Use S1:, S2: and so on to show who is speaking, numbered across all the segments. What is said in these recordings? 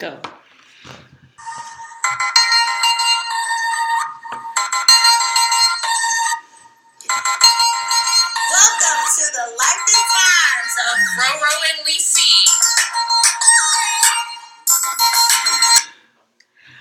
S1: Go.
S2: Welcome to the life and times of Roro and Lisi.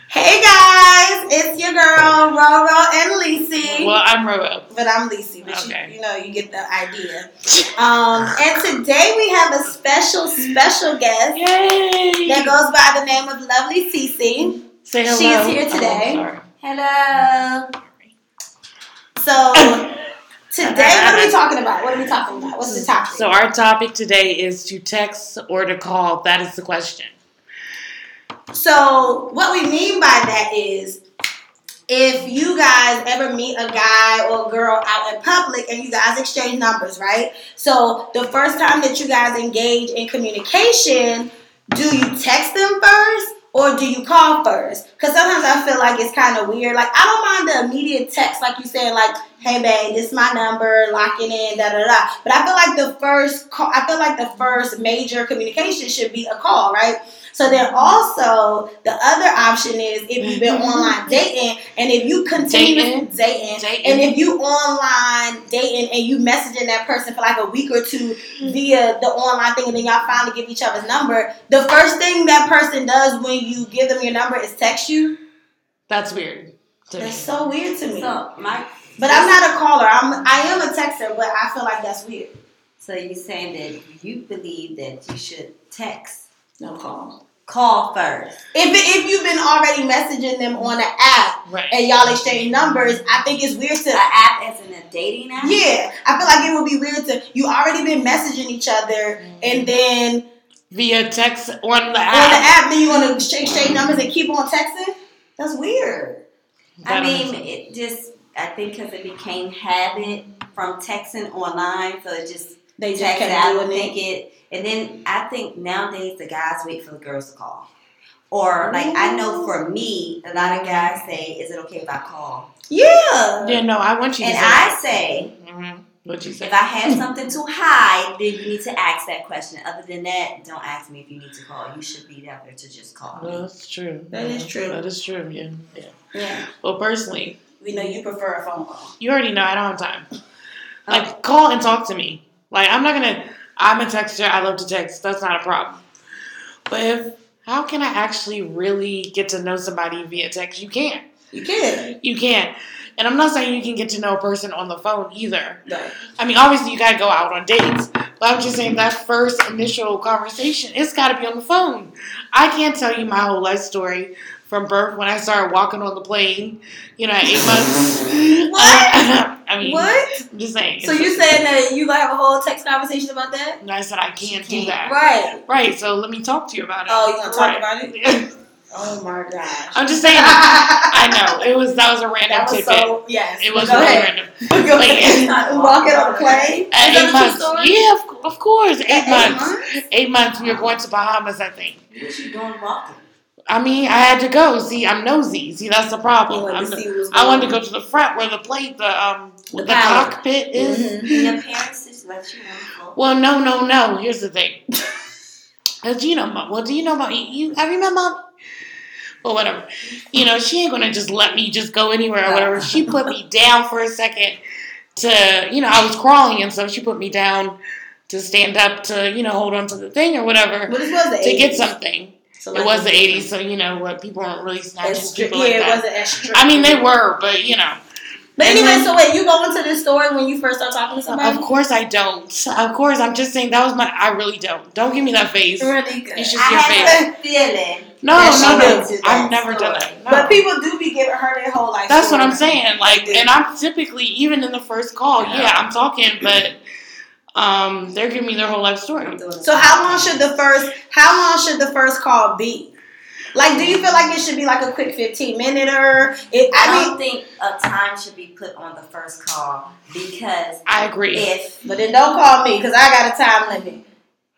S3: Hey guys, it's your girl Roro and Lisi.
S1: Well, I'm Robo.
S3: But I'm Lisi, but
S1: Okay.
S3: you, you know you get the idea. Um, and today we have a special, special guest that
S1: Yay!
S3: goes by the name of Lovely Cece.
S1: Say hello. Oh,
S3: She's here today. Hello. So today, what are we talking about? What are we talking about? What's the
S1: sorry.
S3: topic?
S1: So our topic today is to text or to call. That is the question.
S3: So what we mean by that is if you guys ever meet a guy or a girl out in public and you guys exchange numbers, right? So the first time that you guys engage in communication, do you text them first or do you call first? Because sometimes I feel like it's kind of weird. Like I don't mind the immediate text, like you said, like hey babe, this is my number, lock it in, da da da. But I feel like the first, call, I feel like the first major communication should be a call, right? So then also the other option is if you've been online dating and if you continue
S1: Dating.
S3: dating,
S1: Dating.
S3: and if you online dating and you messaging that person for like a week or two via the online thing and then y'all finally give each other's number, the first thing that person does when you give them your number is text you.
S1: That's weird. to me.
S3: That's so weird to me.
S4: So my
S3: But I'm not a caller. I'm I am a texter, but I feel like that's weird.
S4: so you're saying that you believe that you should text
S3: No call.
S4: call first.
S3: If it, if you've been already messaging them on the app
S1: right.
S3: and y'all exchange numbers, I think it's weird
S4: An
S3: to
S4: app as in a dating app?
S3: Yeah, I feel like it would be weird to you already been messaging each other and then
S1: Via text on the
S3: on the
S1: app.
S3: app, then you want to exchange shade numbers and keep on texting? That's weird.
S4: I
S1: That
S4: mean,
S1: is-
S4: it just I think because it became habit from texting online, so it just
S3: They just
S4: text it.
S3: kept
S4: I don't
S3: doing
S4: think
S3: it.
S4: it. And then I think nowadays the guys wait for the girls to call. Or like I know for me, a lot of guys say, "Is it okay if I call?"
S3: Yeah.
S1: yeah, no, I want you to
S4: And
S1: say
S4: I say,
S1: Mhm. What'd you
S4: If
S1: say?
S4: I have something to hide, then you need to ask that question. Other than that, don't ask me if you need to call. You should be out there to just call
S1: Well,
S4: me.
S1: that's true.
S3: That is true.
S1: That is true. Yeah. yeah.
S3: Yeah.
S1: Well, personally,
S3: We know you prefer a phone call.
S1: you already know I don't have time. Like, call and talk to me. Like, I'm not gonna. I'm a texter. I love to text. That's not a problem. But if how can I actually really get to know somebody via text? You can't.
S3: You can.
S1: You can't. And I'm not saying you can get to know a person on the phone either.
S3: Right.
S1: I mean, obviously you gotta go out on dates, but I'm just saying that first initial conversation, it's gotta be on the phone. I can't tell you my whole life story from birth when I started walking on the plane. You know, at eight months.
S3: What?
S1: I mean,
S3: What?
S1: I'm just saying.
S3: So you saying that you gonna have a whole text conversation about that?
S1: And I said I can't do
S4: Can't.
S1: that.
S3: Right.
S1: Right. So let me talk to you about it.
S3: Oh, you gonna talk
S1: Right.
S3: about it?
S1: it?
S3: Oh my gosh.
S1: I'm just saying. I know it was that was a random
S3: That was
S1: tidbit.
S3: so yes.
S1: it was
S3: Go
S1: really
S3: ahead.
S1: random.
S3: Go ahead. Walking on the plane. Is
S1: At eight
S3: that a true
S1: months.
S3: story?
S1: Yeah, of, cou- of course. Eight,
S3: At
S1: months. Eight months. We were going to Bahamas, I think.
S4: What you doing walking?
S1: I mean, I had to go. See, I'm nosy. See, that's the problem.
S3: You wanted
S1: I'm
S3: to
S1: the-
S3: see what was
S1: I wanted to
S3: going
S1: go to the front where the plate, the um, the,
S4: pilot.
S1: cockpit is.
S3: Mhm.
S4: And Your parents just let you know.
S1: Well, no, no, no. Here's the thing. Uh, do you know, mom? Well, do you know, mom? You, you have you met mom? Well, whatever. You know, she ain't gonna just let me just go anywhere or whatever. She put me down for a second to, you know, I was crawling and stuff. She put me down to stand up to, you know, hold on to the thing or whatever
S3: But this was the 80s.
S1: to get something.
S3: So
S1: It
S3: like-
S1: was the '80s, so you know what? People weren't really
S3: It's
S1: snatching
S3: stri-
S1: people
S3: yeah,
S1: like
S3: it
S1: that.
S3: wasn't as strict.
S1: I mean, they were, but you know,
S3: But
S1: And
S3: anyway,
S1: then-
S3: so wait, you go into this story when you first start talking to somebody?
S1: of course I don't. Of course, I'm just saying that was my. I really don't. Don't give me that face.
S3: Really good.
S1: It's just
S4: I
S1: your face.
S4: have a feeling.
S1: No,
S4: that she
S1: no, no.
S4: went to that
S1: I've never
S4: store.
S1: done that. No.
S3: But people do be giving her their whole life.
S1: That's what
S3: story.
S1: I'm saying. Like,
S3: Yeah.
S1: and I'm typically even in the first call. Yeah,
S4: Yeah.
S1: I'm talking, but um, they're giving me their whole life story.
S4: I'm doing it.
S3: So how long should the first how long should the first call be? Like, do you feel like it should be like a quick fifteen minute or it,
S4: I
S3: I
S4: don't think a time should be put on the first call because
S1: I agree.
S4: if.
S3: mean, but then don't call me because I got a time limit.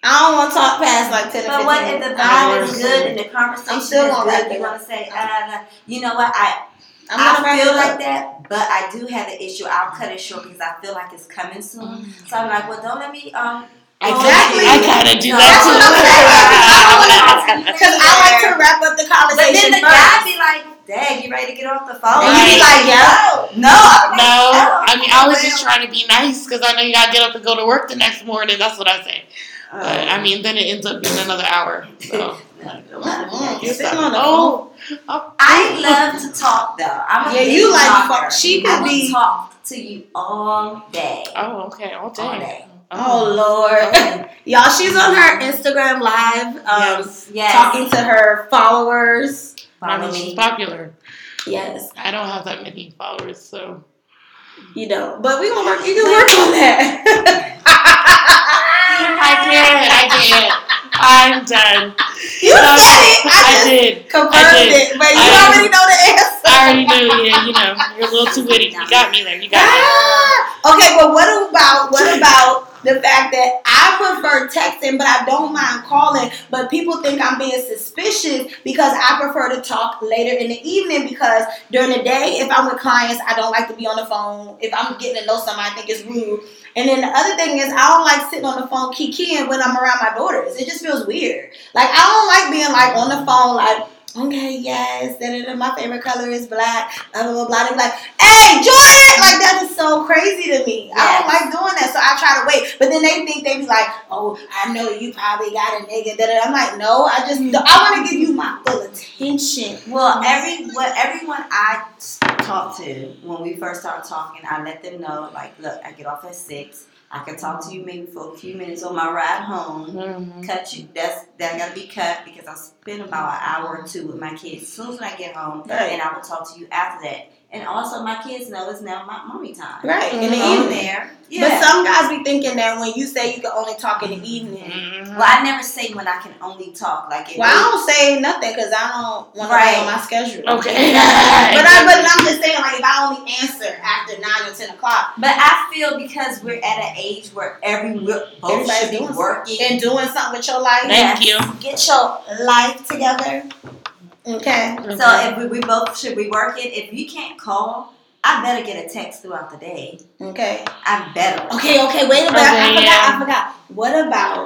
S3: I don't want to talk past like ten. or
S4: But what
S3: 15.
S4: if the vibe
S1: Hours.
S4: is good and the conversation
S3: I'm still
S4: is
S3: gonna
S4: good?
S3: like
S4: You
S3: it.
S4: want to say, uh, uh, you know what? I
S3: I'm
S4: i
S3: not
S4: feel like
S3: that.
S4: that, but I
S3: Mm.
S4: do have an issue. I'll cut it short because I feel like it's coming soon. So I'm like, well, don't let me um
S1: I
S3: Exactly.
S1: kinda- I kind of do
S4: No,
S1: that too.
S3: that's what I'm saying. Because I like to wrap up the
S4: But then
S3: conversation
S4: the guy
S3: first.
S4: be like, "Dang, you ready to get off the phone?"
S3: And you be like, yo,
S4: "No, I'm
S1: No,
S4: not.
S1: I mean, I was just trying to be nice because I know you gotta get up and go to work the next morning. That's what I say. But Uh, I mean, then it ends up being another hour. So.
S3: Mm-hmm. Mm-mm,
S1: You're
S3: you're
S1: stuck.
S3: sitting on the phone.
S1: Oh,
S4: I love to talk though. I'm a
S3: Yeah,
S4: big
S3: you like to
S4: talker.
S3: fuck- she
S4: I
S3: could
S4: will
S3: be-
S4: talk to you all day.
S1: oh, okay, all day.
S4: All day.
S3: Oh Lord, y'all! She's on her Instagram live, um,
S1: yes.
S4: Yes.
S3: talking to her followers.
S1: I
S4: Follow
S1: mean, she's
S4: me.
S1: popular.
S3: Yes,
S1: I don't have that many followers, so
S3: you know, but we gonna work. You can work on that.
S1: I did. I did. I'm done.
S3: you
S1: Um,
S3: did it.
S1: I
S3: I just
S1: did.
S3: confirmed
S1: I did.
S3: it, but you
S1: I-
S3: already know the answer.
S1: I already knew. Yeah, you know, you're a little too witty. You got me there. You got me.
S3: Ah, okay, but what about what about the fact that I prefer texting, but I don't mind calling. But people think I'm being suspicious because I prefer to talk later in the evening. Because during the day, if I'm with clients, I don't like to be on the phone. If I'm getting to know somebody, I think it's rude. And then the other thing is, I don't like sitting on the phone kikiing when I'm around my daughters. It just feels weird. Like I don't like being like on the phone like. Okay, yes, da, da, da, my favorite color is black, blah, blah, blah, blah. They be like, hey, Jordan! Like, that is so crazy to me. I don't
S4: Yes.
S3: like doing that, so I try to wait. But then they think they be like, oh, I know you probably got a nigga, da, da. da. I'm like, no, I just, I want to give you my full attention.
S4: Well, every what everyone I talk to when we first start talking, I let them know like, look, I get off at six. I can talk to you maybe for a few minutes on my ride home.
S3: Mm-hmm.
S1: Mhm.
S4: Cut you. That's that gotta be cut because I spend about an hour or two with my kids. As soon as I get home,
S3: Right.
S4: and I will talk to you after that. And also, my kids know it's now my mommy time.
S3: Right, in the
S1: Mhm.
S4: Go
S3: evening.
S4: there.
S3: But some guys be thinking that when you say you can only talk in the evening.
S1: Mhm.
S4: well, I never say when I can only talk. Like if
S3: Well, I don't say nothing because I don't want to
S4: Right.
S3: be on my schedule.
S1: Okay.
S3: But, I, but I'm just saying, like, if I only answer after 9 or 10 o'clock
S4: But I feel because we're at an age where every we're both
S3: Everybody's
S4: should be
S3: doing something.
S4: working.
S3: and doing something with your life,
S1: Thank you.
S3: get your life together. Okay.
S4: So if we, we both should be working, if you can't call, I better get a text throughout the day.
S3: Okay.
S4: I better.
S3: Okay, okay, wait a minute. I
S1: Okay,
S3: forgot,
S1: yeah.
S3: I forgot. What about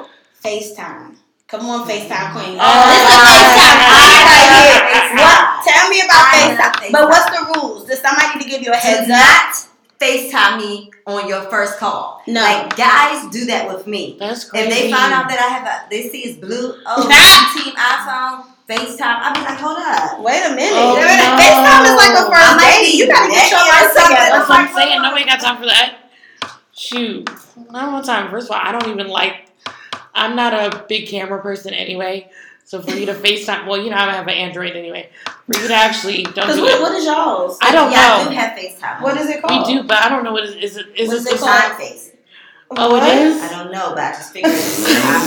S3: FaceTime? Come on, FaceTime Queen.
S1: Oh,
S3: this is FaceTime Queen right here.
S1: yeah.
S3: Uh, What? Tell me about
S4: I love
S3: FaceTime. But what's the rules? Does somebody need to give you a
S4: Do
S3: heads up?
S4: not FaceTime me on your first call.
S3: No.
S4: Like guys do that with me.
S1: That's
S4: If
S1: crazy.
S4: they find out that I have a they see it's blue, oh team iPhone, FaceTime, I'll be like, hold up.
S3: Wait a minute.
S1: Oh,
S3: Wait a minute.
S1: no.
S3: FaceTime is like a
S4: I
S3: first
S4: might
S3: date.
S4: be
S3: You gotta get your
S4: naked or
S3: life together.
S1: That's what
S4: something.
S1: I'm saying. Nobody got time for that. Shoot. I don't have time. First of all, I don't even like, I'm not a big camera person anyway. So for you to FaceTime, well, you know, I don't have an Android anyway. For you to actually, don't
S3: Because
S1: do
S3: what,
S1: it.
S3: what is y'all's?
S1: I don't
S4: yeah, I do
S1: know.
S4: have FaceTime.
S3: What is it
S1: We
S3: called?
S1: do, but I don't know what it is. Is it, is
S3: What
S1: it
S3: is it
S1: this
S3: called?
S4: Time face.
S1: Oh,
S3: What?
S1: it is?
S4: I don't know, but I just figured it out.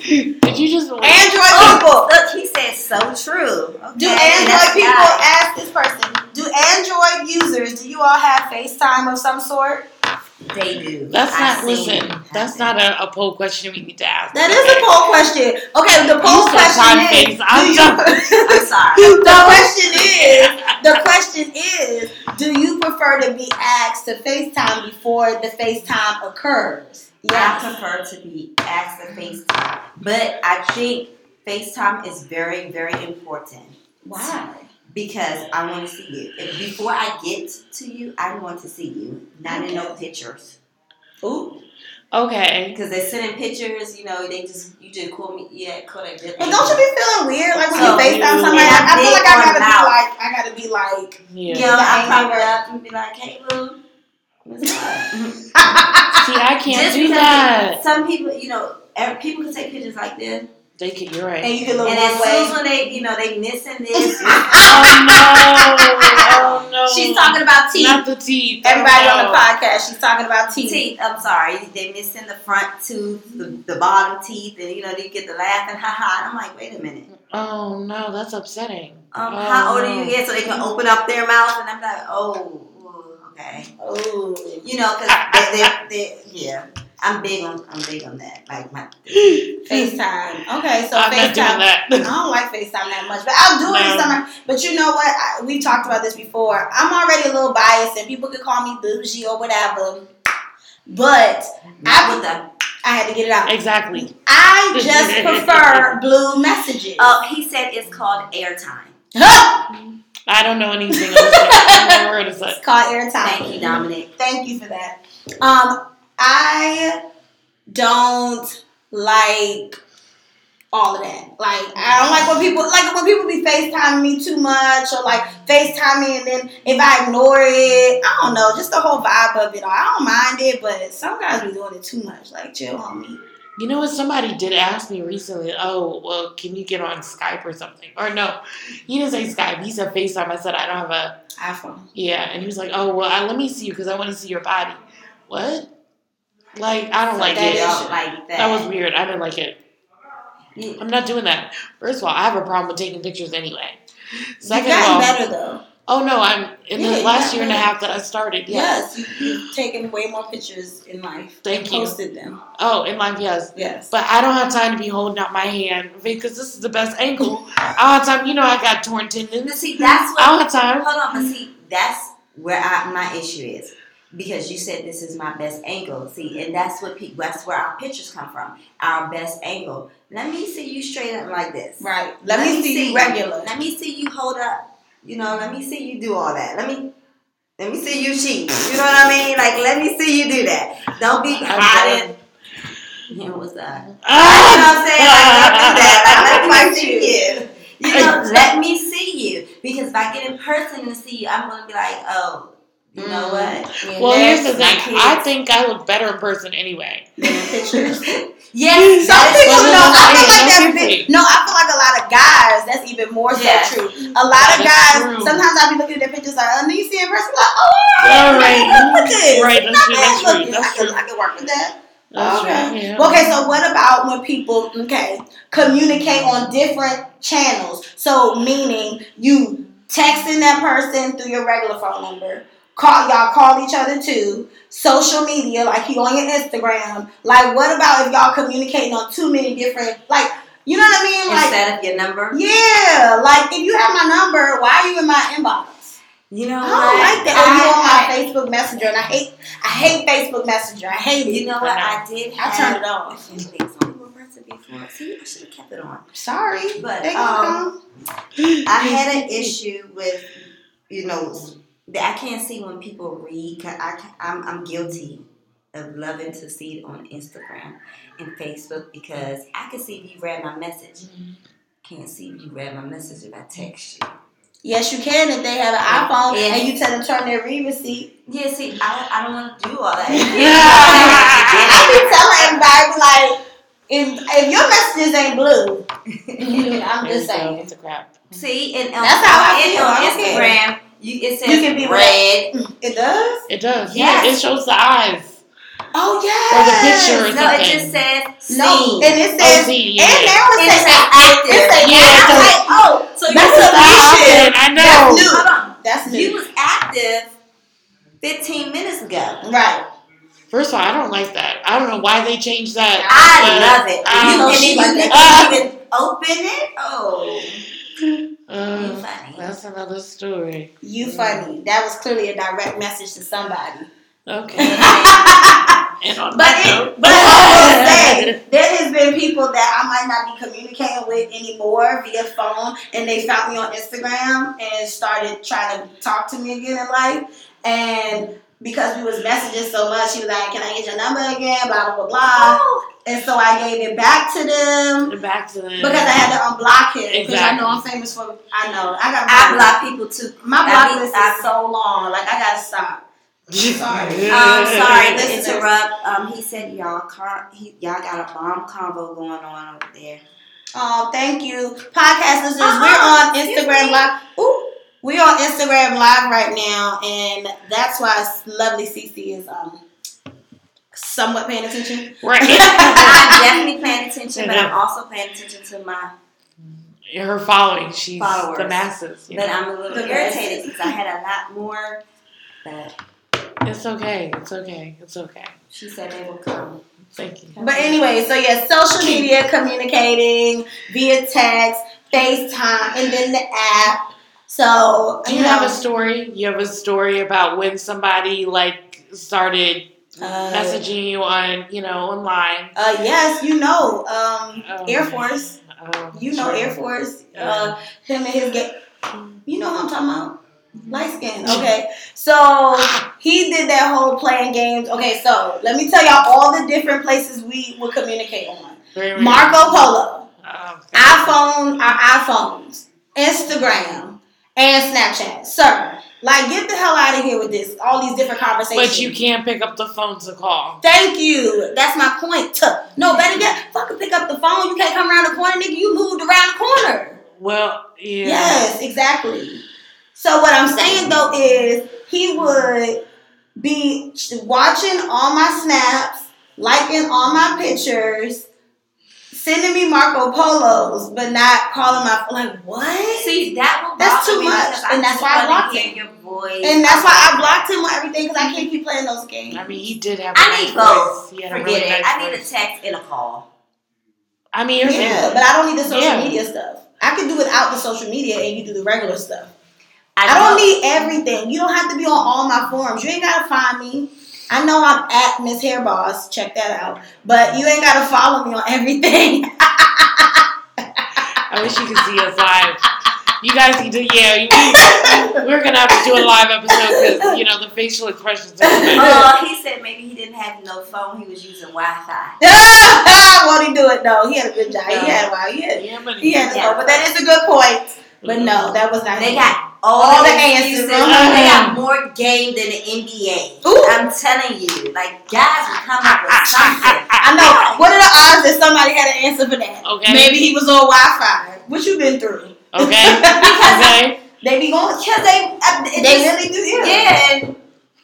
S1: Did you just.
S3: Android people.
S4: Oh, look, he said so true.
S3: Do
S4: Okay,
S3: Android
S4: that's
S3: people
S4: nice.
S3: ask this person? Do Android users? Do you all have FaceTime of some sort?
S4: They do.
S1: That's
S4: I've
S1: not,
S4: seen it
S1: listen, that's
S4: happen.
S1: not a, a poll question we need to ask.
S3: That is a poll question. Okay, the poll
S1: You said
S3: question
S1: time
S3: is.
S1: face. I'm
S3: do you-
S4: I'm
S3: the
S4: sorry.
S3: question is. The question is. Do you prefer to be asked to FaceTime before the FaceTime occurs?
S4: Yeah, I
S3: Yes.
S4: prefer to be asked to FaceTime, but I think FaceTime is very, very important
S3: Why?
S4: because I want to see you. If before I get to you, I want to see you, not in no pictures.
S3: Ooh.
S1: Okay.
S4: Because they're sending pictures, you know, they just you just call me, yeah, call that. good
S3: But
S4: thing.
S3: don't you be feeling weird like when
S4: So
S3: you FaceTime
S1: weird.
S3: somebody? Like, I feel like I gotta be
S4: Yeah.
S3: like I gotta be like.
S1: Yeah.
S4: Yo, I pop her up and be like, hey, boo. What's up?
S1: See, I can't
S4: Just
S1: do
S4: because
S1: that.
S4: Some people, you know, ev- people can take pictures like this,
S1: They can, you're right.
S3: and you get a little
S4: and as
S3: one
S4: soon as
S3: way.
S4: when they, you know, they missing this,
S1: Oh no! Oh no!
S3: She's talking about teeth.
S1: Not the teeth.
S3: Everybody
S1: oh,
S3: on the podcast, she's talking about teeth.
S4: teeth. I'm sorry, they missing the front tooth, the, the bottom teeth, and you know, they get the laughing, ha ha. I'm like, wait a minute,
S1: Oh no, that's upsetting.
S4: um,
S1: Oh,
S4: how old
S1: no.
S4: are you? Yeah, so they can open up their mouth, and I'm like, oh, okay,
S3: Oh.
S4: you know, because they, they, they, yeah. I'm big on I'm big on that. Like my
S3: FaceTime. Okay, so
S1: I'm not doing
S3: FaceTime.
S1: that.
S3: I don't like FaceTime that much, but I'll do it in
S1: No.
S3: summer. But you know what? I, we talked about this before. I'm already a little biased, and people could call me bougie or whatever. But
S4: Not with the
S3: I had to get it out.
S1: Exactly.
S3: I just prefer blue messages.
S4: Oh, he said it's called airtime.
S3: Huh!
S1: I don't know anything. Else. I don't know where it's
S3: it's
S1: at.
S3: called airtime.
S4: Thank you, Dominic.
S3: Thank you for that. Um, I don't like all of that. Like, I don't like when people like when people be FaceTiming me too much or like FaceTime me and then if I ignore it, I don't know, just the whole vibe of it. all. I don't mind it, but some guys be doing it too much. Like, chill on me.
S1: You know what? Somebody did ask me recently. Oh, well, can you get on Skype or something? Or no, he didn't say Skype. He said FaceTime. I said I don't have a
S3: iPhone.
S1: Yeah, and he was like, "Oh well, I, let me see you because I want to see your body." What? Like I don't
S4: So
S1: like
S4: that
S1: it.
S4: is like that.
S1: That was weird. I didn't like it.
S4: Mm.
S1: I'm not doing that. First of all, I have a problem with taking pictures anyway.
S3: You've
S1: Second of
S3: gotten
S1: all,
S3: better though.
S1: oh no, I'm in
S3: Yeah,
S1: the
S3: you
S1: last
S3: got
S1: year and a
S3: better.
S1: half that I started. Yes.
S3: Yes, you, you've taken way more pictures in life.
S1: Thank
S3: and
S1: you.
S3: Posted them.
S1: Oh, in life, yes.
S3: Yes.
S1: But I don't have time to be holding out my hand because this is the best angle. I don't have time. You know, I got torn
S4: But
S1: tendons.
S4: see, that's what.
S1: I don't have time.
S4: Hold on, but see, that's where I, my issue is because you said this is my best angle. See, and that's what pe- that's where our pictures come from. Our best angle. Let me see you straight up like this.
S3: right. Let, me, see, you regular.
S4: Let me see you hold up. You know, let me see you do all that. Let me. Let me see you cheat. You know what I mean? Like, let me see you do that. Don't be
S1: I'm
S4: hiding. Yeah, what's that? You know
S1: Ah!
S4: what I'm saying? Like, don't do that. Like, let me see you. You know, let me see you. Because if I get in person and see you, I'm going to be like, oh, you know what?
S3: Yeah,
S1: Well,
S3: there's
S1: here's the
S4: my
S1: thing.
S4: kids.
S1: I think I look better in person anyway.
S3: pictures.
S4: Yes,
S3: Some
S4: that
S3: people
S1: what
S3: know.
S1: I'm
S3: I
S1: saying.
S3: feel like
S1: Don't
S3: that's
S1: you
S3: big.
S1: think?
S3: No, I feel like a lot of guys. That's even more so
S4: Yes.
S3: true. A lot of
S1: That's
S3: guys.
S1: true.
S3: Sometimes I'll be looking at their pictures like, oh, then you see in person, like, oh, all
S1: All
S3: right,
S1: right.
S3: I can work with this.
S1: Right, that's
S3: Not
S1: true,
S3: bad
S1: that's true,
S3: looking.
S1: that's
S3: I, can,
S1: true.
S3: I can work with that.
S1: That's
S3: Okay.
S1: right, yeah.
S3: Well, Okay, so what about when people okay communicate on different channels? So meaning you texting that person through your regular phone number. Call y'all call each other too. Social media, like you on your Instagram. Like what about if y'all communicating on too many different like you know what I mean? Like
S4: Instead of your number.
S3: Yeah, like if you have my number, why are you in my inbox?
S4: You know
S3: I
S4: what?
S3: don't like that.
S4: I-
S3: Or you on my Facebook Messenger and I hate I hate Facebook Messenger. I hate it.
S4: You know what? I did
S3: I
S4: have.
S3: turned it off.
S4: Actually, it's only one person before. See, I should have kept it on.
S3: Sorry,
S4: But,
S3: They can
S4: um,
S3: come.
S4: I had an issue with, you know, that I can't see when people read. 'cause I, ca- I'm, I'm guilty of loving to see it on Instagram and Facebook because I can see if you read my message. Can't see if you read my message if I text you.
S3: yes, you can if they have an iPhone
S4: Yeah.
S3: and you tell them turn their read receipt.
S4: Yeah, see, I, I don't want to do all
S3: I
S4: that.
S3: be telling everybody like, if if your messages ain't blue, I'm
S1: There you
S3: just
S1: go,
S3: saying.
S1: It's a crap.
S4: see, and um,
S3: That's how I
S4: and
S3: feel. I
S4: on
S3: don't care.
S4: Instagram, you, it says
S3: You can be
S4: red.
S3: It does.
S1: It does.
S4: Yes.
S1: Yeah, it shows the eyes.
S3: Oh
S1: Or the
S3: yes.
S1: picture or
S4: No,
S1: something.
S4: it just says
S3: No,
S4: seen.
S3: and it
S1: Oh,
S3: says,
S1: see,
S3: and they
S1: yeah.
S3: always
S4: It
S3: say
S4: says
S3: active. It says
S4: active.
S1: Yeah, it
S3: active. I'm
S1: does.
S3: like, oh,
S4: So
S3: that's
S4: you-
S3: a
S1: I,
S3: mission.
S1: I
S3: That's
S1: know.
S3: new.
S4: Hold on.
S3: That's
S4: You
S3: new.
S4: was active 15 minutes ago.
S3: Right.
S1: First of all, I don't like that. I don't know why they changed that.
S4: I love it.
S1: I
S4: you
S1: know
S4: and
S3: she
S4: then
S3: like
S4: you
S1: that.
S4: can even open it. Oh, you
S3: Mm.
S1: Uh,
S4: funny.
S1: that's another story.
S3: You funny. That was clearly a direct message to somebody.
S1: Okay. And on
S3: But
S1: that
S3: it,
S1: note-
S3: but I will say, there has been people that I might not be communicating with anymore via phone, and they found me on Instagram and started trying to talk to me again in life. And because we was messaging so much, she was like, "Can I get your number again?" Blah blah blah. blah.
S4: Oh.
S3: And so I gave it back to them
S1: And back to the
S3: because I had to unblock him because I
S1: Exactly.
S3: know I'm famous for. I know I got
S4: I block people too.
S3: my
S4: I
S3: block
S4: be-
S3: list
S4: I-
S3: is so long. Like I gotta stop. Oh, Sorry.
S4: I'm Um, sorry to
S3: Listeners.
S4: interrupt. Um, he said y'all car, he, y'all got a bomb combo going on over there.
S3: Oh, thank you. Podcast listeners,
S4: Uh-uh.
S3: we're on
S4: Excuse
S3: Instagram
S4: me.
S3: Live. Ooh, we're on Instagram Live right now, and that's why lovely Cece is um somewhat paying attention.
S1: right.
S4: I'm definitely paying attention, but I'm also paying attention to my.
S1: Her following, she's
S4: Followers.
S1: the masses. you
S4: But
S1: know.
S4: I'm a little irritated because I had a lot more. But
S1: it's okay. It's okay. It's okay.
S4: she said they will come.
S1: Thank you.
S3: But anyway, so yeah, social media communicating via text, FaceTime, and then the app. So
S1: Do you have a story? You have a story about when somebody like started
S3: Uh,
S1: messaging you on, you know, online.
S3: Uh, yes, you know, um,
S1: Oh,
S3: Air
S1: man.
S3: Force.
S1: Oh,
S3: You know
S1: sure.
S3: Air Force. Uh, him and his ga- You know who I'm talking about? Light skin. Okay, so he did that whole playing games. Okay, so let me tell y'all all the different places we would communicate on.
S1: Very weird.
S3: Marco
S1: Oh,
S3: Polo,
S1: okay.
S3: iPhone, our iPhones, Instagram, and Snapchat. Sir, like get the hell out of here with this. All these different conversations.
S1: But you can't pick up the phone to call.
S3: Thank you. That's my point. No, better yet, fucking pick up the phone. You can't come around the corner, nigga. You moved around the corner.
S1: Well, yeah.
S3: Yes, exactly. So what I'm saying though is he would be watching all my snaps, liking all my pictures, sending me Marco Polos, but not calling my like what?
S4: See, that will
S3: That's
S4: bother
S3: too
S4: me
S3: much,
S4: because I
S3: and that's
S4: just
S3: why I
S4: wanna
S3: blocked
S4: hear
S3: it.
S4: your voice.
S3: And that's why I blocked him on everything because I can't keep playing those games.
S1: I mean, he did have. a
S4: I
S1: nice
S4: need both.
S1: voice. He had
S4: Forget
S1: a really
S4: it.
S1: nice
S4: I need a
S1: voice.
S4: text and a call.
S1: I mean, here's the thing.
S3: Yeah, but I don't need the social
S1: Yeah.
S3: media stuff. I could do without the social media and you do the regular stuff. I don't
S4: know-
S3: need everything. You don't have to be on all my forums. You ain't gotta find me. I know I'm at Miss Hair Boss. Check that out. But you ain't gotta follow me on everything.
S1: I wish you could see us live. You guys need to, yeah. You, we're gonna have to do a live episode because you know the facial expressions. Are different.
S4: Uh, he said maybe he didn't have no phone. He was using Wi-Fi.
S3: Won't he do it though? He had a good job.
S1: No.
S3: He had a while. He had,
S1: yeah, but
S3: he had to go. But that is a good point. But no, that was not
S4: They
S3: him.
S4: got all,
S3: All the
S4: the excuses.
S3: answers.
S4: They got more game than the NBA.
S3: Ooh.
S4: I'm telling you, like guys will come up with something.
S3: I know. What are the odds that somebody had an answer for that?
S1: Okay.
S3: Maybe he was on Wi Fi. What you been through?
S1: okay, okay,
S3: They be going.
S4: Because they, uh, it
S3: They
S4: just-
S3: really do. Yeah.
S4: yeah. and-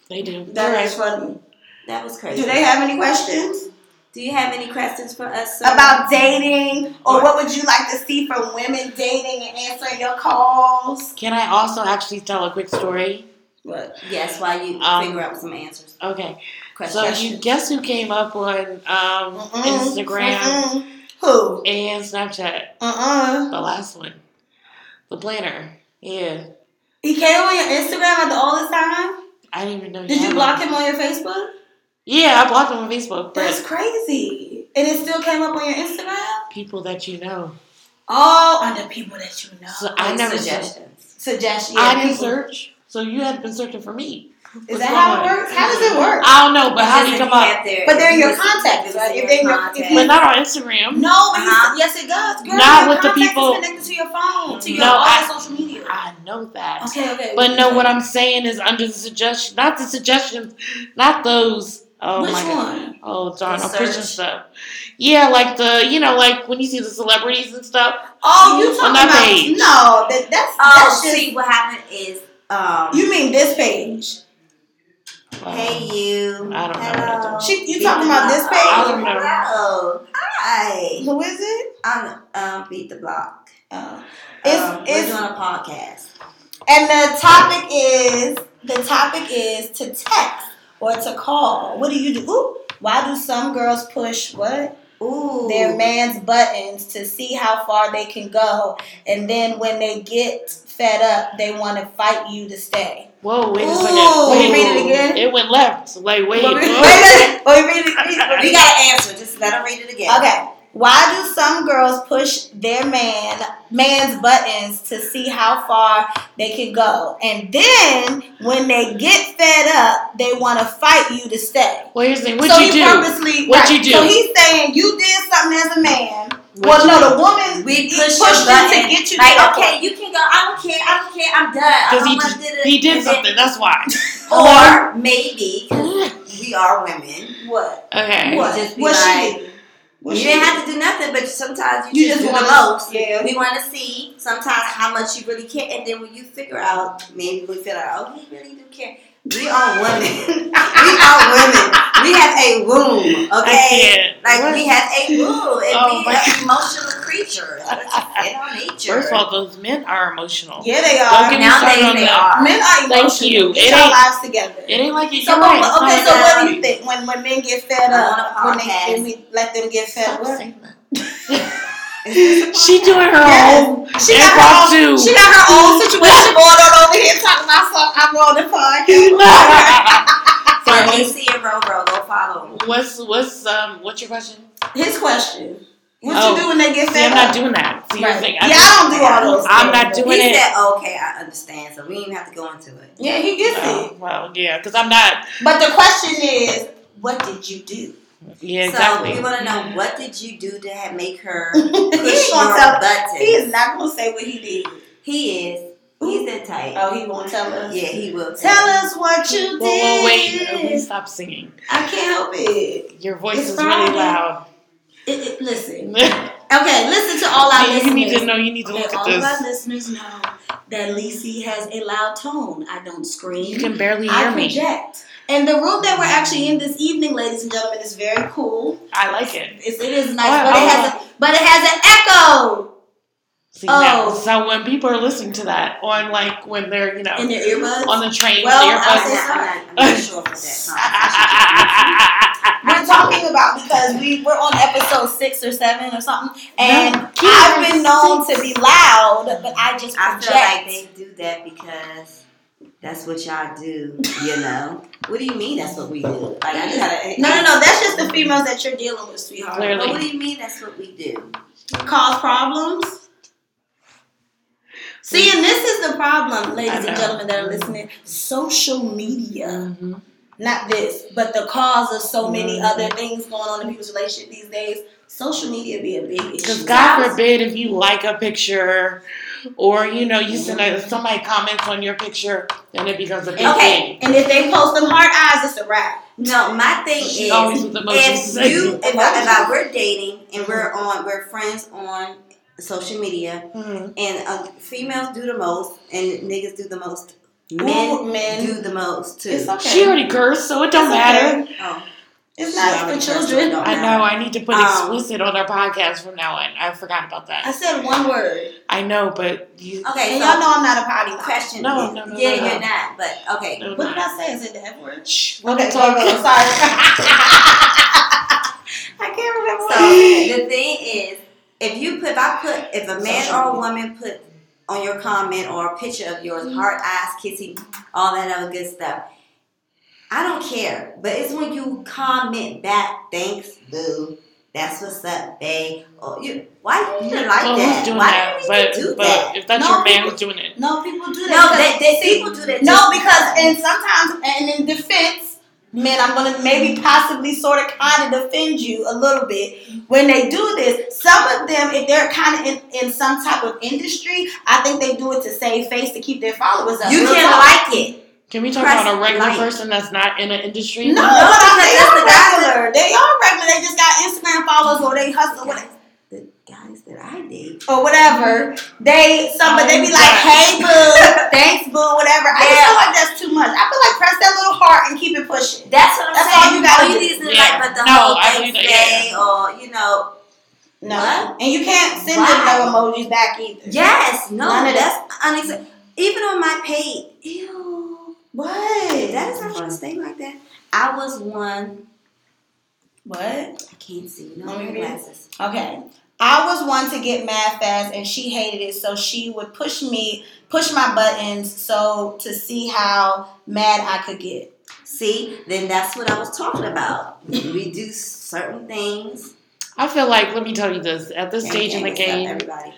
S1: they do. All
S3: That is
S1: right.
S3: funny.
S4: That was crazy.
S3: Do they have any questions
S4: Do you have any questions for us sir?
S3: about dating or what would you like to see from women dating and answering your calls?
S1: Can I also actually tell a quick story?
S3: What?
S4: Yes, while you
S1: Um,
S4: figure out some answers.
S1: Okay, so
S4: Questions.
S1: you guess who came up on um,
S4: Mm-hmm.
S1: Instagram
S3: Mm-mm. Who?
S1: and Snapchat?
S3: Uh-uh.
S1: The last one, the planner. Yeah,
S3: He came on your Instagram at the all the time?
S1: I didn't even know.
S3: Did
S1: had
S3: you block
S1: one.
S3: him on your Facebook?
S1: Yeah, I blocked him on Facebook.
S3: That's
S1: But
S3: crazy. And it still came up on your Instagram?
S1: people that you know,
S3: Oh, on the people that you know.
S1: so I
S4: Any
S1: never.
S4: suggestions.
S3: Suggestion.
S1: I didn't
S3: people.
S1: search. So you had been searching for me.
S3: Is
S1: What's
S3: that how
S1: going
S3: it
S1: on?
S3: works? How does it work?
S1: I don't know, but how do you
S4: Because
S1: come
S4: if
S1: up?
S4: have their-
S3: But they're
S4: if
S3: your
S4: it's-
S3: contacts,
S4: it's
S3: right?
S4: in
S3: If they're your- if
S1: But
S3: you-
S4: contacts.
S1: not on Instagram.
S3: No, but you
S4: Uh-huh.
S3: yes, it does. Girl,
S1: Not
S3: your
S1: with the
S3: contacts
S1: people-
S3: Is connected to your phone, to your
S1: No,
S3: all
S1: I-
S3: social media.
S1: I know that.
S3: Okay, okay.
S1: But no, what I'm saying is under the suggestion, not the suggestions, not those. Oh
S3: Which
S1: my god.
S3: one?
S1: Oh darn,
S4: The
S1: I'm pushing
S4: search.
S1: stuff. Yeah, like the you know, like when you see the celebrities and stuff.
S3: Oh, you
S1: On
S3: talking
S1: that
S3: about?
S1: page.
S3: No, that that's
S4: Oh,
S3: that's just.
S4: see what happened is um.
S3: You mean this page?
S1: Um,
S4: hey you.
S1: I don't know what
S4: Hello.
S1: to
S3: She, you talking about this
S1: I
S3: page?
S1: don't know.
S4: Hello. Hi.
S3: Who is it?
S4: I'm um beat the block.
S3: Oh. It's
S4: um,
S1: Uh,
S3: it's
S4: we're doing a podcast.
S3: and the topic is the topic is to text or to call. What do you do? Ooh, why do some girls push what?
S4: Ooh.
S3: their man's buttons to see how far they can go. And then when they get fed up, they want to fight you to stay.
S1: Whoa, wait a
S3: Ooh.
S1: second. Wait,
S3: Read it again.
S1: It went left. Like wait,
S3: Wait, wait,
S1: whoa.
S3: wait, wait, wait, wait, wait, wait.
S4: We got an answer. Just let her read it again.
S3: Okay. Why do some girls push their man man's buttons to see how far they can go? And then when they get fed up, they want to fight you to stay.
S1: Well here's the thing, what'd
S3: so
S1: you
S3: he
S1: do?
S3: purposely
S1: What'd
S3: right.
S1: you do?
S3: So he's saying you did something as a man.
S1: What'd
S3: well,
S1: you
S3: no,
S1: do?
S3: the woman
S4: We
S3: he
S4: pushed,
S3: pushed
S4: your
S3: him
S4: button.
S3: to get you.
S4: Like,
S3: to-
S4: okay, you can go. I don't care. I don't care. I'm done. I
S1: Because
S4: don't
S1: he
S4: want
S1: just
S4: to do this.
S1: he did
S4: And then-
S1: something, that's why.
S4: Or maybe 'cause we are women.
S3: What?
S1: Okay.
S4: What?
S3: What?
S4: just be
S3: what
S4: like-
S3: she did?
S4: you didn't have to do nothing, but sometimes you,
S3: You
S4: just,
S3: just
S4: do
S3: wanna-
S4: the most.
S3: yeah.
S4: We want to see sometimes how much you really care, and then when you figure out, maybe we feel like, oh, we really do care. We are women. we are women. We have a womb,
S1: I
S4: okay?
S1: can't.
S4: Like
S1: What?
S4: we have a womb, and
S1: Oh
S4: we
S1: my
S4: are emotional creatures. In our nature.
S1: First of all, those men are emotional.
S3: Yeah, they
S1: Don't
S3: are.
S1: get me
S4: Nowadays
S1: started on
S4: they
S1: that.
S4: are.
S3: Men are
S1: Thank
S3: emotional.
S1: you.
S3: Get
S1: It
S3: your
S1: ain't-
S3: lives together.
S1: It ain't like it.
S3: so
S1: you're
S3: what,
S1: right. It's
S3: okay,
S1: not
S3: so
S1: like
S3: what
S1: that.
S3: do you think when, when men get fed
S4: I'm
S3: up?
S4: on a
S3: When they
S4: podcast.
S3: when we let them get fed
S1: Stop
S3: up?
S1: saying that. she doing her
S3: Yes.
S1: own
S3: She got her own.
S1: impromptu.
S3: She got her own situation going on over here talking about something. I'm on the podcast.
S1: Sorry,
S4: Sorry,
S1: my-
S4: Macy and Roro. Go follow him.
S1: What's what's um what's your question?
S3: His question. What
S1: Oh.
S3: you do when they get
S1: See,
S3: fed
S1: I'm not
S3: up?
S1: doing that. See,
S3: Right.
S1: you're saying,
S3: yeah, I don't do all those.
S1: I'm
S3: things.
S1: not doing
S4: He
S1: it.
S4: said, "Okay, I understand." So we didn't have to go into it.
S3: Yeah, he gets it.
S1: Oh, well, yeah, because I'm not.
S3: But the question is, what did you do?
S1: Yeah, exactly.
S4: So we want to know what did you do to ha- make her
S3: He's
S4: push
S3: gonna
S4: your
S3: tell.
S4: button?
S3: He is not gonna say what he did.
S4: He is. He's that type.
S3: Oh, he won't tell us.
S4: Yeah, he will.
S3: Tell us what you did.
S1: Whoa, whoa, wait! We stop singing.
S3: I can't help it.
S1: Your voice
S3: It's
S1: is
S3: Friday.
S1: really loud.
S3: It- it- Listen.
S1: Yeah,
S3: Okay, listen to all our listeners.
S1: you need to know. You need to
S3: Okay,
S1: look at
S3: all of our
S1: this.
S3: listeners know that Lisi has a loud tone. I don't scream.
S1: You can barely
S3: I
S1: hear me.
S3: project. And the room that we're actually in this evening, ladies and gentlemen, is very cool.
S1: I like it.
S3: It's, it is nice,
S1: Oh,
S3: but it has a, but it has an echo
S1: See, now,
S3: Oh.
S1: so when people are listening to that on like when they're you know
S3: in their earbuds.
S1: on the train, with
S3: Well,
S1: their
S3: I'll
S1: phones.
S3: say
S4: I'm not, I'm not sure for that
S3: we're talking about because we we're on episode six or seven or something, and
S1: No,
S3: I've been known to be loud, but I just
S4: I
S3: project.
S4: feel like they do that because that's what y'all do. You know? what do you mean? That's what we do. Like, I just gotta,
S3: no, no, no. That's just the females that you're dealing with, sweetheart.
S1: Clearly.
S4: But what do you mean? That's what we do.
S3: cause problems. See, and this is the problem,
S1: I
S3: ladies and
S1: know.
S3: gentlemen that are listening. Social media,
S1: Mhm.
S3: not this, but the cause of so many other things going on in people's relationship these days. Social media be a big
S1: Because
S3: issue.
S1: God forbid if you like a picture or you know you send a, somebody comments on your picture, then it becomes a big
S3: Okay, and if they post them hard eyes, it's a wrap.
S4: No, my thing
S1: thing.
S4: is,
S1: She always with emotions.
S4: if you, if, I, if I, we're dating and we're
S3: Mm-hmm.
S4: on, we're friends on social media,
S1: Mhm.
S4: and uh, females do the most, and niggas do the most.
S3: Ooh,
S4: Men
S3: men.
S4: do the most too.
S3: It's okay.
S1: she already cursed, so it don't
S3: It's
S1: matter.
S3: okay.
S4: Oh,
S3: It's not for children.
S1: I know. I need to put
S4: Um,
S1: explicit on our podcast from now on. I forgot about
S3: I
S1: that.
S3: said one word,
S1: I know, but you.
S4: Okay,
S3: and
S4: so
S3: y'all know I'm not a potty mouth.
S4: question.
S1: No,
S4: is-
S1: no, no,
S4: yeah,
S1: no, no.
S4: you're not. But okay,
S1: No,
S3: What did
S1: not.
S3: I say? Is it the F word?
S1: Shh. we're
S3: Okay,
S1: not
S3: sorry.
S1: talking.
S3: I can't remember.
S4: So the thing is, if you put, if I put, if a man
S3: Social
S4: or a woman put on your comment or a picture of yours,
S1: Mm-hmm.
S4: heart eyes, kissing, all that other good stuff, I don't care. But it's when you comment back, thanks, boo. That's what's up, babe. Or you, why you even like
S1: Well,
S4: that?
S1: who's doing
S4: why
S1: that?
S4: do you even
S1: But
S4: do
S1: but
S4: that?
S1: if that's
S3: No,
S1: your man
S3: people-
S1: who's doing it,
S3: No, people do
S4: No,
S3: that.
S4: they,
S3: because-
S4: they,
S3: see,
S4: people do that.
S3: No,
S4: just
S3: because and sometimes and in defense, men, I'm gonna maybe possibly sort of kind of defend you a little bit when they do this. Some of them, if they're kind of in, in some type of industry, I think they do it to save face to keep their followers up.
S4: you
S3: Real
S4: can
S3: talk.
S4: like it.
S1: can we talk
S4: Press
S1: about a regular
S4: like.
S1: person that's not in an industry?
S3: No, but
S4: No,
S3: I-
S4: because
S3: they
S4: that's
S3: are
S4: the guys that-
S3: regular. They are regular. They just got Instagram followers or they hustle whatever.
S4: The guys that I date,
S3: or whatever, they some but they be
S1: Oh,
S3: like,
S1: God.
S3: hey boo, thanks boo, whatever. I just
S4: Yeah.
S3: feel like that's too much. I feel like press that little heart and keep it pushing.
S4: that's what I'm
S3: That's all
S4: saying.
S3: you gotta
S4: all
S3: do.
S4: you need is
S1: Yeah.
S4: like, but the
S1: No,
S4: whole
S1: I
S4: thanks,
S1: believe that, yeah.
S4: day or you know,
S3: No,
S4: What?
S3: and you can't send
S4: Why?
S3: them no emojis back either.
S4: Yes, no,
S3: None of
S4: that's unacceptable. Even on my page, ew,
S3: What?
S4: that is not gonna stay like that. I was one.
S3: What?
S4: I can't see. No
S3: Let me
S4: more
S3: read.
S4: glasses.
S3: Okay. I was one to get mad fast, and she hated it, so she would push me, push my buttons, so to see how mad I could get.
S4: See, then that's what I was talking about. we do certain things.
S1: I feel like let me tell you this. At this stage in the
S4: Everything is up,
S1: game,
S4: everybody.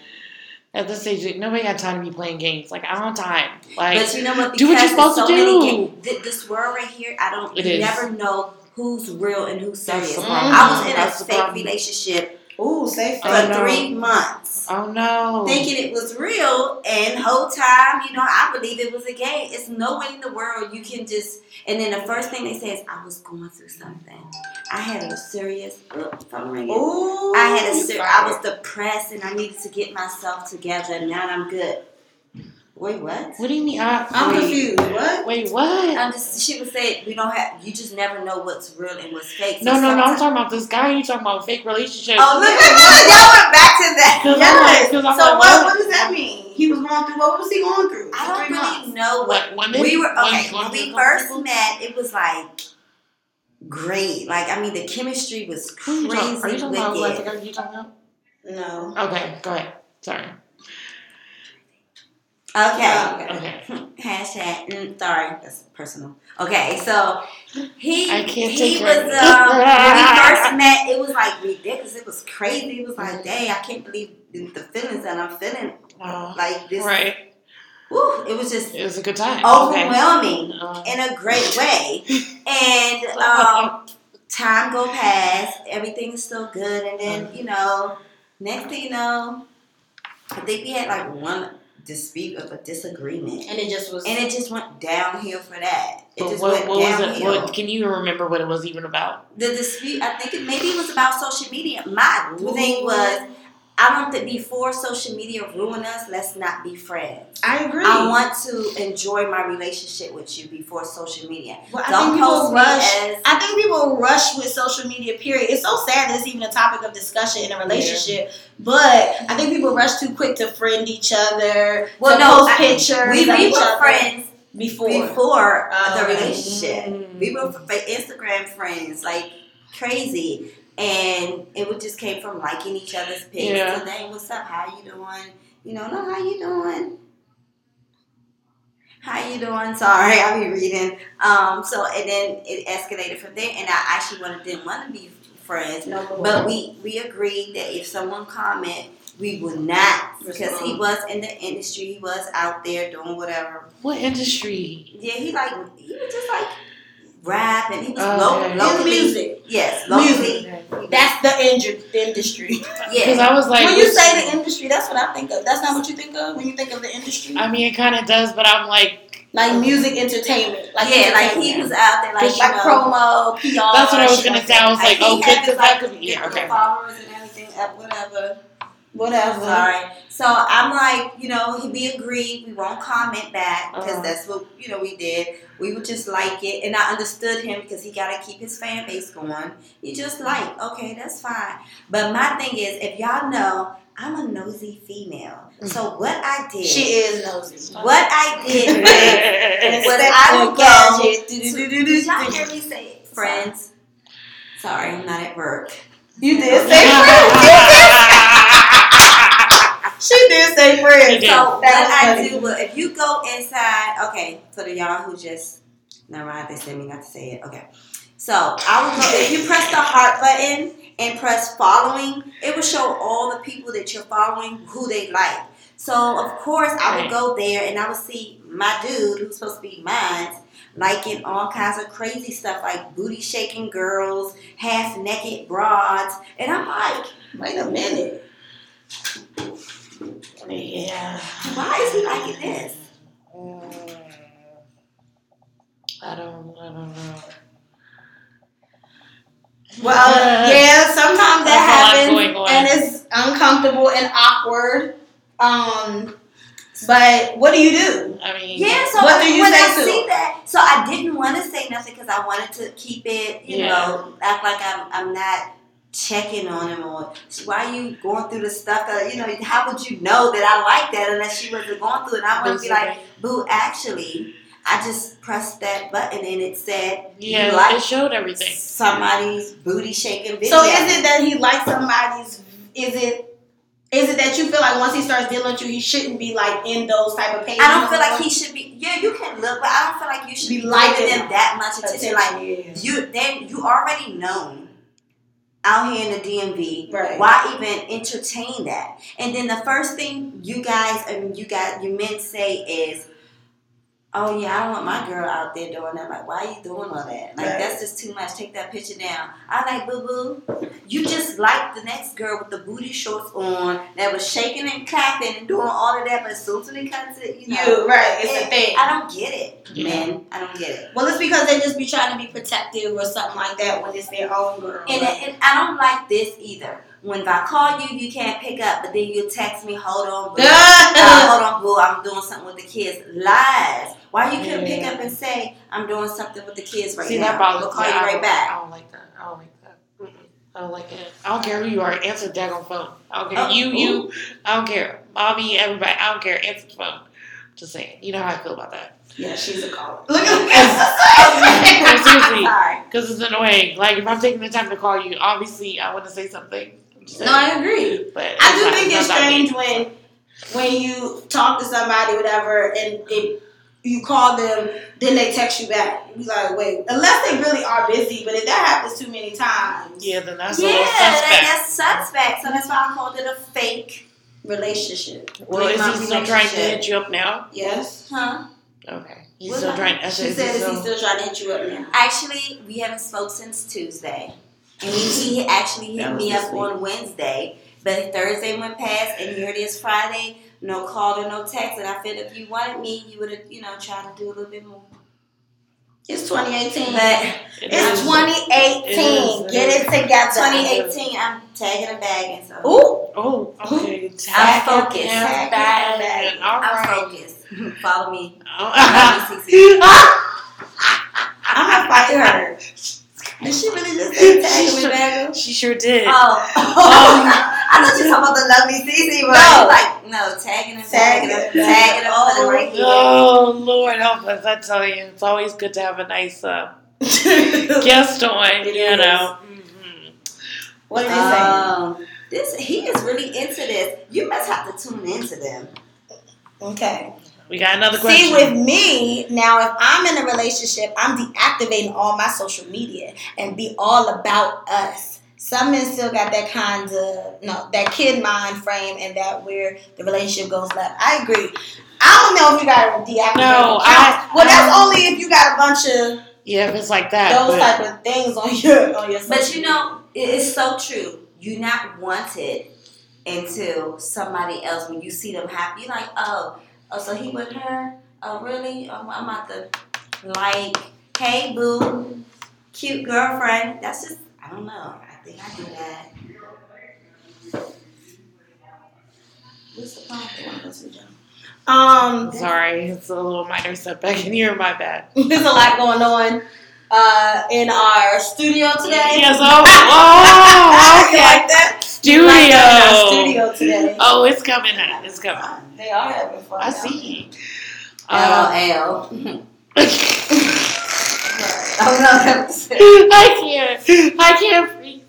S1: at this stage, nobody got time to be playing games. Like I don't have time. Like
S4: But you know what?
S1: do what you're
S4: Because there's
S1: supposed to
S4: so many
S1: do.
S4: ga- thi- this world right here, I don't.
S1: It
S4: you
S1: is.
S4: never know who's real and who's
S1: That's
S4: serious.
S1: the problem.
S4: I was in a
S1: That's the
S4: fake
S1: problem.
S4: relationship
S3: Ooh, say
S1: I
S4: for
S1: know.
S4: three months.
S1: Oh no.
S4: thinking it was real and whole time, you know, I believe it was a game. It's no way in the world you can just and then the first thing they say is I was going through something. I had a serious oops, phone ringing.
S3: Ooh,
S4: I had a
S3: you
S4: ser- I
S3: fired.
S4: was depressed and I needed to get myself together. Now I'm good. Wait, what?
S1: What do you mean? I,
S3: I'm
S1: wait,
S3: confused. What?
S1: Wait, what?
S4: I'm just she was saying we don't have you just never know what's real and what's fake. So
S1: no, no, no. I'm
S4: sometimes-
S1: talking about this guy. You talking about fake relationships?
S4: Oh look at that y'all went back to that.
S1: Because
S3: Yes.
S1: I'm like, 'cause I'm
S3: so
S1: like,
S3: what, what does that mean? He was going through what was he going through?
S4: I
S3: Three
S4: don't
S3: months.
S4: really know what
S1: What women?
S4: we were
S1: One's
S4: okay
S1: going
S4: when
S1: through
S4: we
S1: a couple
S4: first
S1: people?
S4: met. It was like great. Like I mean, the chemistry was
S1: Who
S4: crazy
S1: you talking- Are you talking about who I
S4: wicked.
S1: forgot you talking about?
S3: No.
S1: Okay, go ahead. Sorry.
S4: Okay,
S1: Okay.
S4: hashtag. mm, sorry, that's personal. Okay, so he
S1: I can't
S4: he
S1: take
S4: was
S1: it.
S4: um, when we first met. It was like ridiculous. It was crazy. It was
S1: Mm-hmm.
S4: like, dang, I can't believe the the feelings that I'm feeling.
S1: Oh,
S4: Like this,
S1: right.
S4: woo, it was just
S1: It was a good time.
S4: Oh, overwhelming
S1: Okay. Uh,
S4: in a great way. And um, time go past, everything's still good, and then
S1: Mm.
S4: you know, next thing you know, I think we had like one dispute of a disagreement,
S3: And it just was.
S4: and it just went downhill for that. It
S1: but
S4: just
S1: what,
S4: went
S1: what was it?
S4: downhill.
S1: What, can you remember what it was even about?
S4: the dispute, I think it maybe it was about social media. My thing was. I want that before social media ruin us, let's not be friends.
S3: I agree.
S4: I want to enjoy my relationship with you before social media.
S3: Well, I
S4: Don't
S3: think people
S4: post me
S3: rush.
S4: as
S3: I think people rush with social media. Period. It's so sad that it's even a topic of discussion in a relationship. But I think people rush too quick to friend each other.
S4: Well,
S3: to
S4: no,
S3: post
S4: I-
S3: pictures.
S4: we,
S3: of
S4: we
S3: each
S4: were
S3: other
S4: friends
S3: before.
S4: before
S3: Oh,
S4: the
S3: okay.
S4: relationship.
S1: Mm.
S4: We were f- Instagram friends, like crazy, and it would just came from liking each other's pics.
S1: Yeah.
S4: So, dang, what's up? How you doing? You know, no, how you doing? How you doing? Sorry, I'll be reading. Um, so and then it escalated from there, and I actually wanted didn't want to be friends.
S3: No more.
S4: But we, we agreed that if someone comment, we would not because he
S3: Respond.
S4: was in the industry, he was out there doing whatever.
S1: Mm. What industry?
S4: Yeah, he like he was just like rap and he was
S3: Oh,
S1: Okay. His
S4: local,
S3: It's
S4: locally.
S3: music.
S4: Yes,
S3: Music.
S4: locally.
S3: That's the inju- the industry.
S1: Because
S4: yeah.
S1: I was like,
S3: when you say the industry, that's what I think of. That's not what you think of when you think of the industry.
S1: I mean, it kind of does, but I'm like,
S3: like music entertainment. Like
S4: yeah, like
S3: entertainment.
S4: he was out there like,
S1: Cause
S4: you
S3: like
S4: know,
S3: promo, PR.
S4: Oh,
S1: That's what I was
S3: shit
S1: gonna
S3: like
S1: say.
S3: that.
S1: I was like,
S4: he
S1: oh,
S4: had
S1: good,
S4: his,
S1: good, that
S4: like,
S1: could be
S4: you
S1: yeah,
S4: know,
S1: okay.
S4: followers and everything up, whatever.
S3: Whatever.
S4: Sorry. So I'm like, you know, he- we agreed we won't comment back because
S1: Uh-huh.
S4: that's what you know we did. We would just like it, and I understood him because he got to keep his fan base going. He just like, okay, that's fine. But my thing is, if y'all know, I'm a nosy female. So what I did,
S3: Mm. She is nosy.
S4: what I did, was-
S1: Yes.
S4: What I would go did y'all
S3: You
S4: hear me say, it? friends? Sorry, I'm not at work.
S3: did say friends. She did say
S1: She
S3: friends.
S1: did.
S4: So what
S3: That was
S4: I
S3: funny.
S4: do, well, if you go inside, okay, so the y'all who just, never mind, they sent me not to say it, okay. So I would go, if you press the heart button and press following, it will show all the people that you're following who they like. So of course I would
S1: Right.
S4: go there and I would see my dude who's supposed to be mine liking all kinds of crazy stuff like booty shaking girls, half naked broads, and I'm like,
S3: Wait a minute.
S1: Yeah.
S4: why is he liking this?
S1: I don't. I don't know.
S3: Well, yeah, sometimes that
S1: There's a lot
S3: happens,
S1: going on.
S3: and it's uncomfortable and awkward. Um, but what do you do?
S1: I mean.
S4: Yeah, so
S3: What do you
S4: when
S3: say
S4: I
S3: to
S4: see
S3: him?
S4: that, so I didn't want to say nothing because I wanted to keep it, you
S1: Yeah.
S4: know, act like I'm, I'm not checking on him or why you going through the stuff that, you know, how would you know that I like that unless she wasn't going through it? And I want to be like,
S1: basically.
S4: boo, actually, I just pressed that button and it said
S1: yeah,
S4: you like-
S1: it showed everything.
S4: somebody's booty shaking video.
S3: So is it that he likes somebody's? Is it? Is it that you feel like once he starts dealing with you, he shouldn't be like in those type of pages?
S4: I don't feel like he should be, yeah, you can look, but I don't feel like you should
S3: Be
S4: be
S3: liking
S4: liking them that much attention. Like,
S3: yeah.
S4: you then you already known out here in the DMV.
S3: Right.
S4: Why even entertain that? And then the first thing you guys and you guys you men say is, "Oh yeah, I don't want my girl out there doing that." Like, why you doing all that? Like,
S3: Right.
S4: that's just too much. Take that picture down. I like boo boo. You just like the next girl with the booty shorts on that was shaking and clapping and doing all of that, but as soon as it comes to you know,
S3: You right? It's
S4: it-
S3: a thing.
S4: I don't get it,
S1: Yeah.
S4: man. I don't get it.
S3: Well, it's because they just be trying to be protective or something like that when it's their own girl.
S4: And, and I don't like this either. When if I call you, you can't pick up, but then you text me, hold on, boo. Uh, hold on, boo, I'm doing something with the kids. Lies. Why you couldn't pick
S1: Yeah.
S4: up and say, I'm doing something with the kids right
S1: See,
S4: now?
S1: that bothers
S4: I'll call
S1: me.
S4: you
S1: I
S4: right
S1: don't-
S4: back.
S1: I don't like that. I don't like that. Mm-mm. I don't like it. I don't care who you are. Answer the daggone phone. I don't care.
S4: Oh,
S1: you, you. I don't care. Mommy, everybody. I don't care. Answer the phone. Just saying. You know how I feel about that.
S3: yeah, she's a caller. Look at
S1: It's-
S4: I'm
S1: Seriously,
S4: sorry.
S1: because it's annoying. Like if I'm taking the time to call you, obviously I want to say something. I'm just
S3: No,
S1: saying.
S3: I agree.
S1: but
S3: I do
S1: not-
S3: think it's
S1: not me.
S3: strange when when you talk to somebody, whatever, and it you call them, then they text you back. You be like, wait, unless they really are busy. But if that happens too many times,
S1: Yeah, then that's a
S4: yeah,
S1: little suspect.
S4: that, that's suspect. So that's why I called it a fake relationship.
S1: well, is
S4: three-month
S1: he still trying to
S4: relationship.
S1: hit you up now?
S3: yes.
S4: Huh?
S1: Okay. He's
S4: What
S1: still
S4: about-
S1: trying. I said,
S3: She
S1: is
S3: said,
S1: he
S3: is he
S1: still,
S3: still trying to hit you up now?
S4: Actually, we haven't spoke since Tuesday, and he, he actually
S1: That
S4: hit
S1: was
S4: me
S1: this
S4: up
S1: week.
S4: on Wednesday. But Thursday went past, and here it is Friday. No call or no text, and I feel if you wanted me, you would have, you know, tried to do a little bit more.
S3: It's 2018.
S4: But
S1: it
S3: it's
S1: is-
S3: 2018.
S1: It is.
S3: Get it together.
S4: 2018, I'm tagging and bagging, so
S3: Ooh,
S1: Oh, okay.
S4: I'm
S1: Tack
S4: focused.
S1: him
S4: Tack
S1: back.
S4: him back.
S1: All
S4: I'm
S1: right.
S4: focused. Follow me.
S1: Oh,
S4: Follow me, CC.
S3: I'm not fighting her. Did she really just say tag me back?
S1: she sure did.
S4: Oh, I thought you were talking about the lovely CC, but
S3: No.
S4: like Um, no, tagging and
S3: Tagging
S4: tagging,
S3: and
S4: tagging and all
S3: tagging.
S4: the right here.
S1: Oh Lord, help us! I tell you, it's always good to have a nice uh, guest on.
S3: It
S1: you
S3: is.
S1: know, Mhm.
S3: What did they say?
S4: Um, this he is really into this. You must have to tune into them.
S3: Okay.
S1: we got another question.
S3: See, with me, now if I'm in a relationship, I'm deactivating all my social media and be all about us. Some men still got that kind of, no, that kid mind frame and that where the relationship goes left. I agree. I don't know if you got to deactivate.
S1: No,
S3: accounts. well, that's only if you got a bunch of
S1: yeah, if it's like that,
S3: those
S1: but
S3: type of things on your on your.
S4: But
S3: social
S4: you know, it is so true. You're not wanted until somebody else. When you see them happy, you're like, oh, oh, so he with her? Oh, really? Oh, I'm about to like, hey, boo, cute girlfriend. That's just, I don't know. I think I do that. What's the problem? They wanna go to the gym.
S3: Um,
S1: sorry, it's a little minor setback in here. My bad.
S3: there's a lot going on uh, in our studio today.
S1: Yes. Oh, oh,
S3: You
S1: okay.
S3: like that? You
S1: Studio.
S3: like that in our studio today.
S1: Oh, it's coming. up. It's coming. up.
S3: They are having fun.
S1: I
S3: now.
S1: see.
S3: Oh,
S1: Uh,
S4: LOL.
S3: Right.
S4: Oh, no.
S1: I can't. I can't. breathe.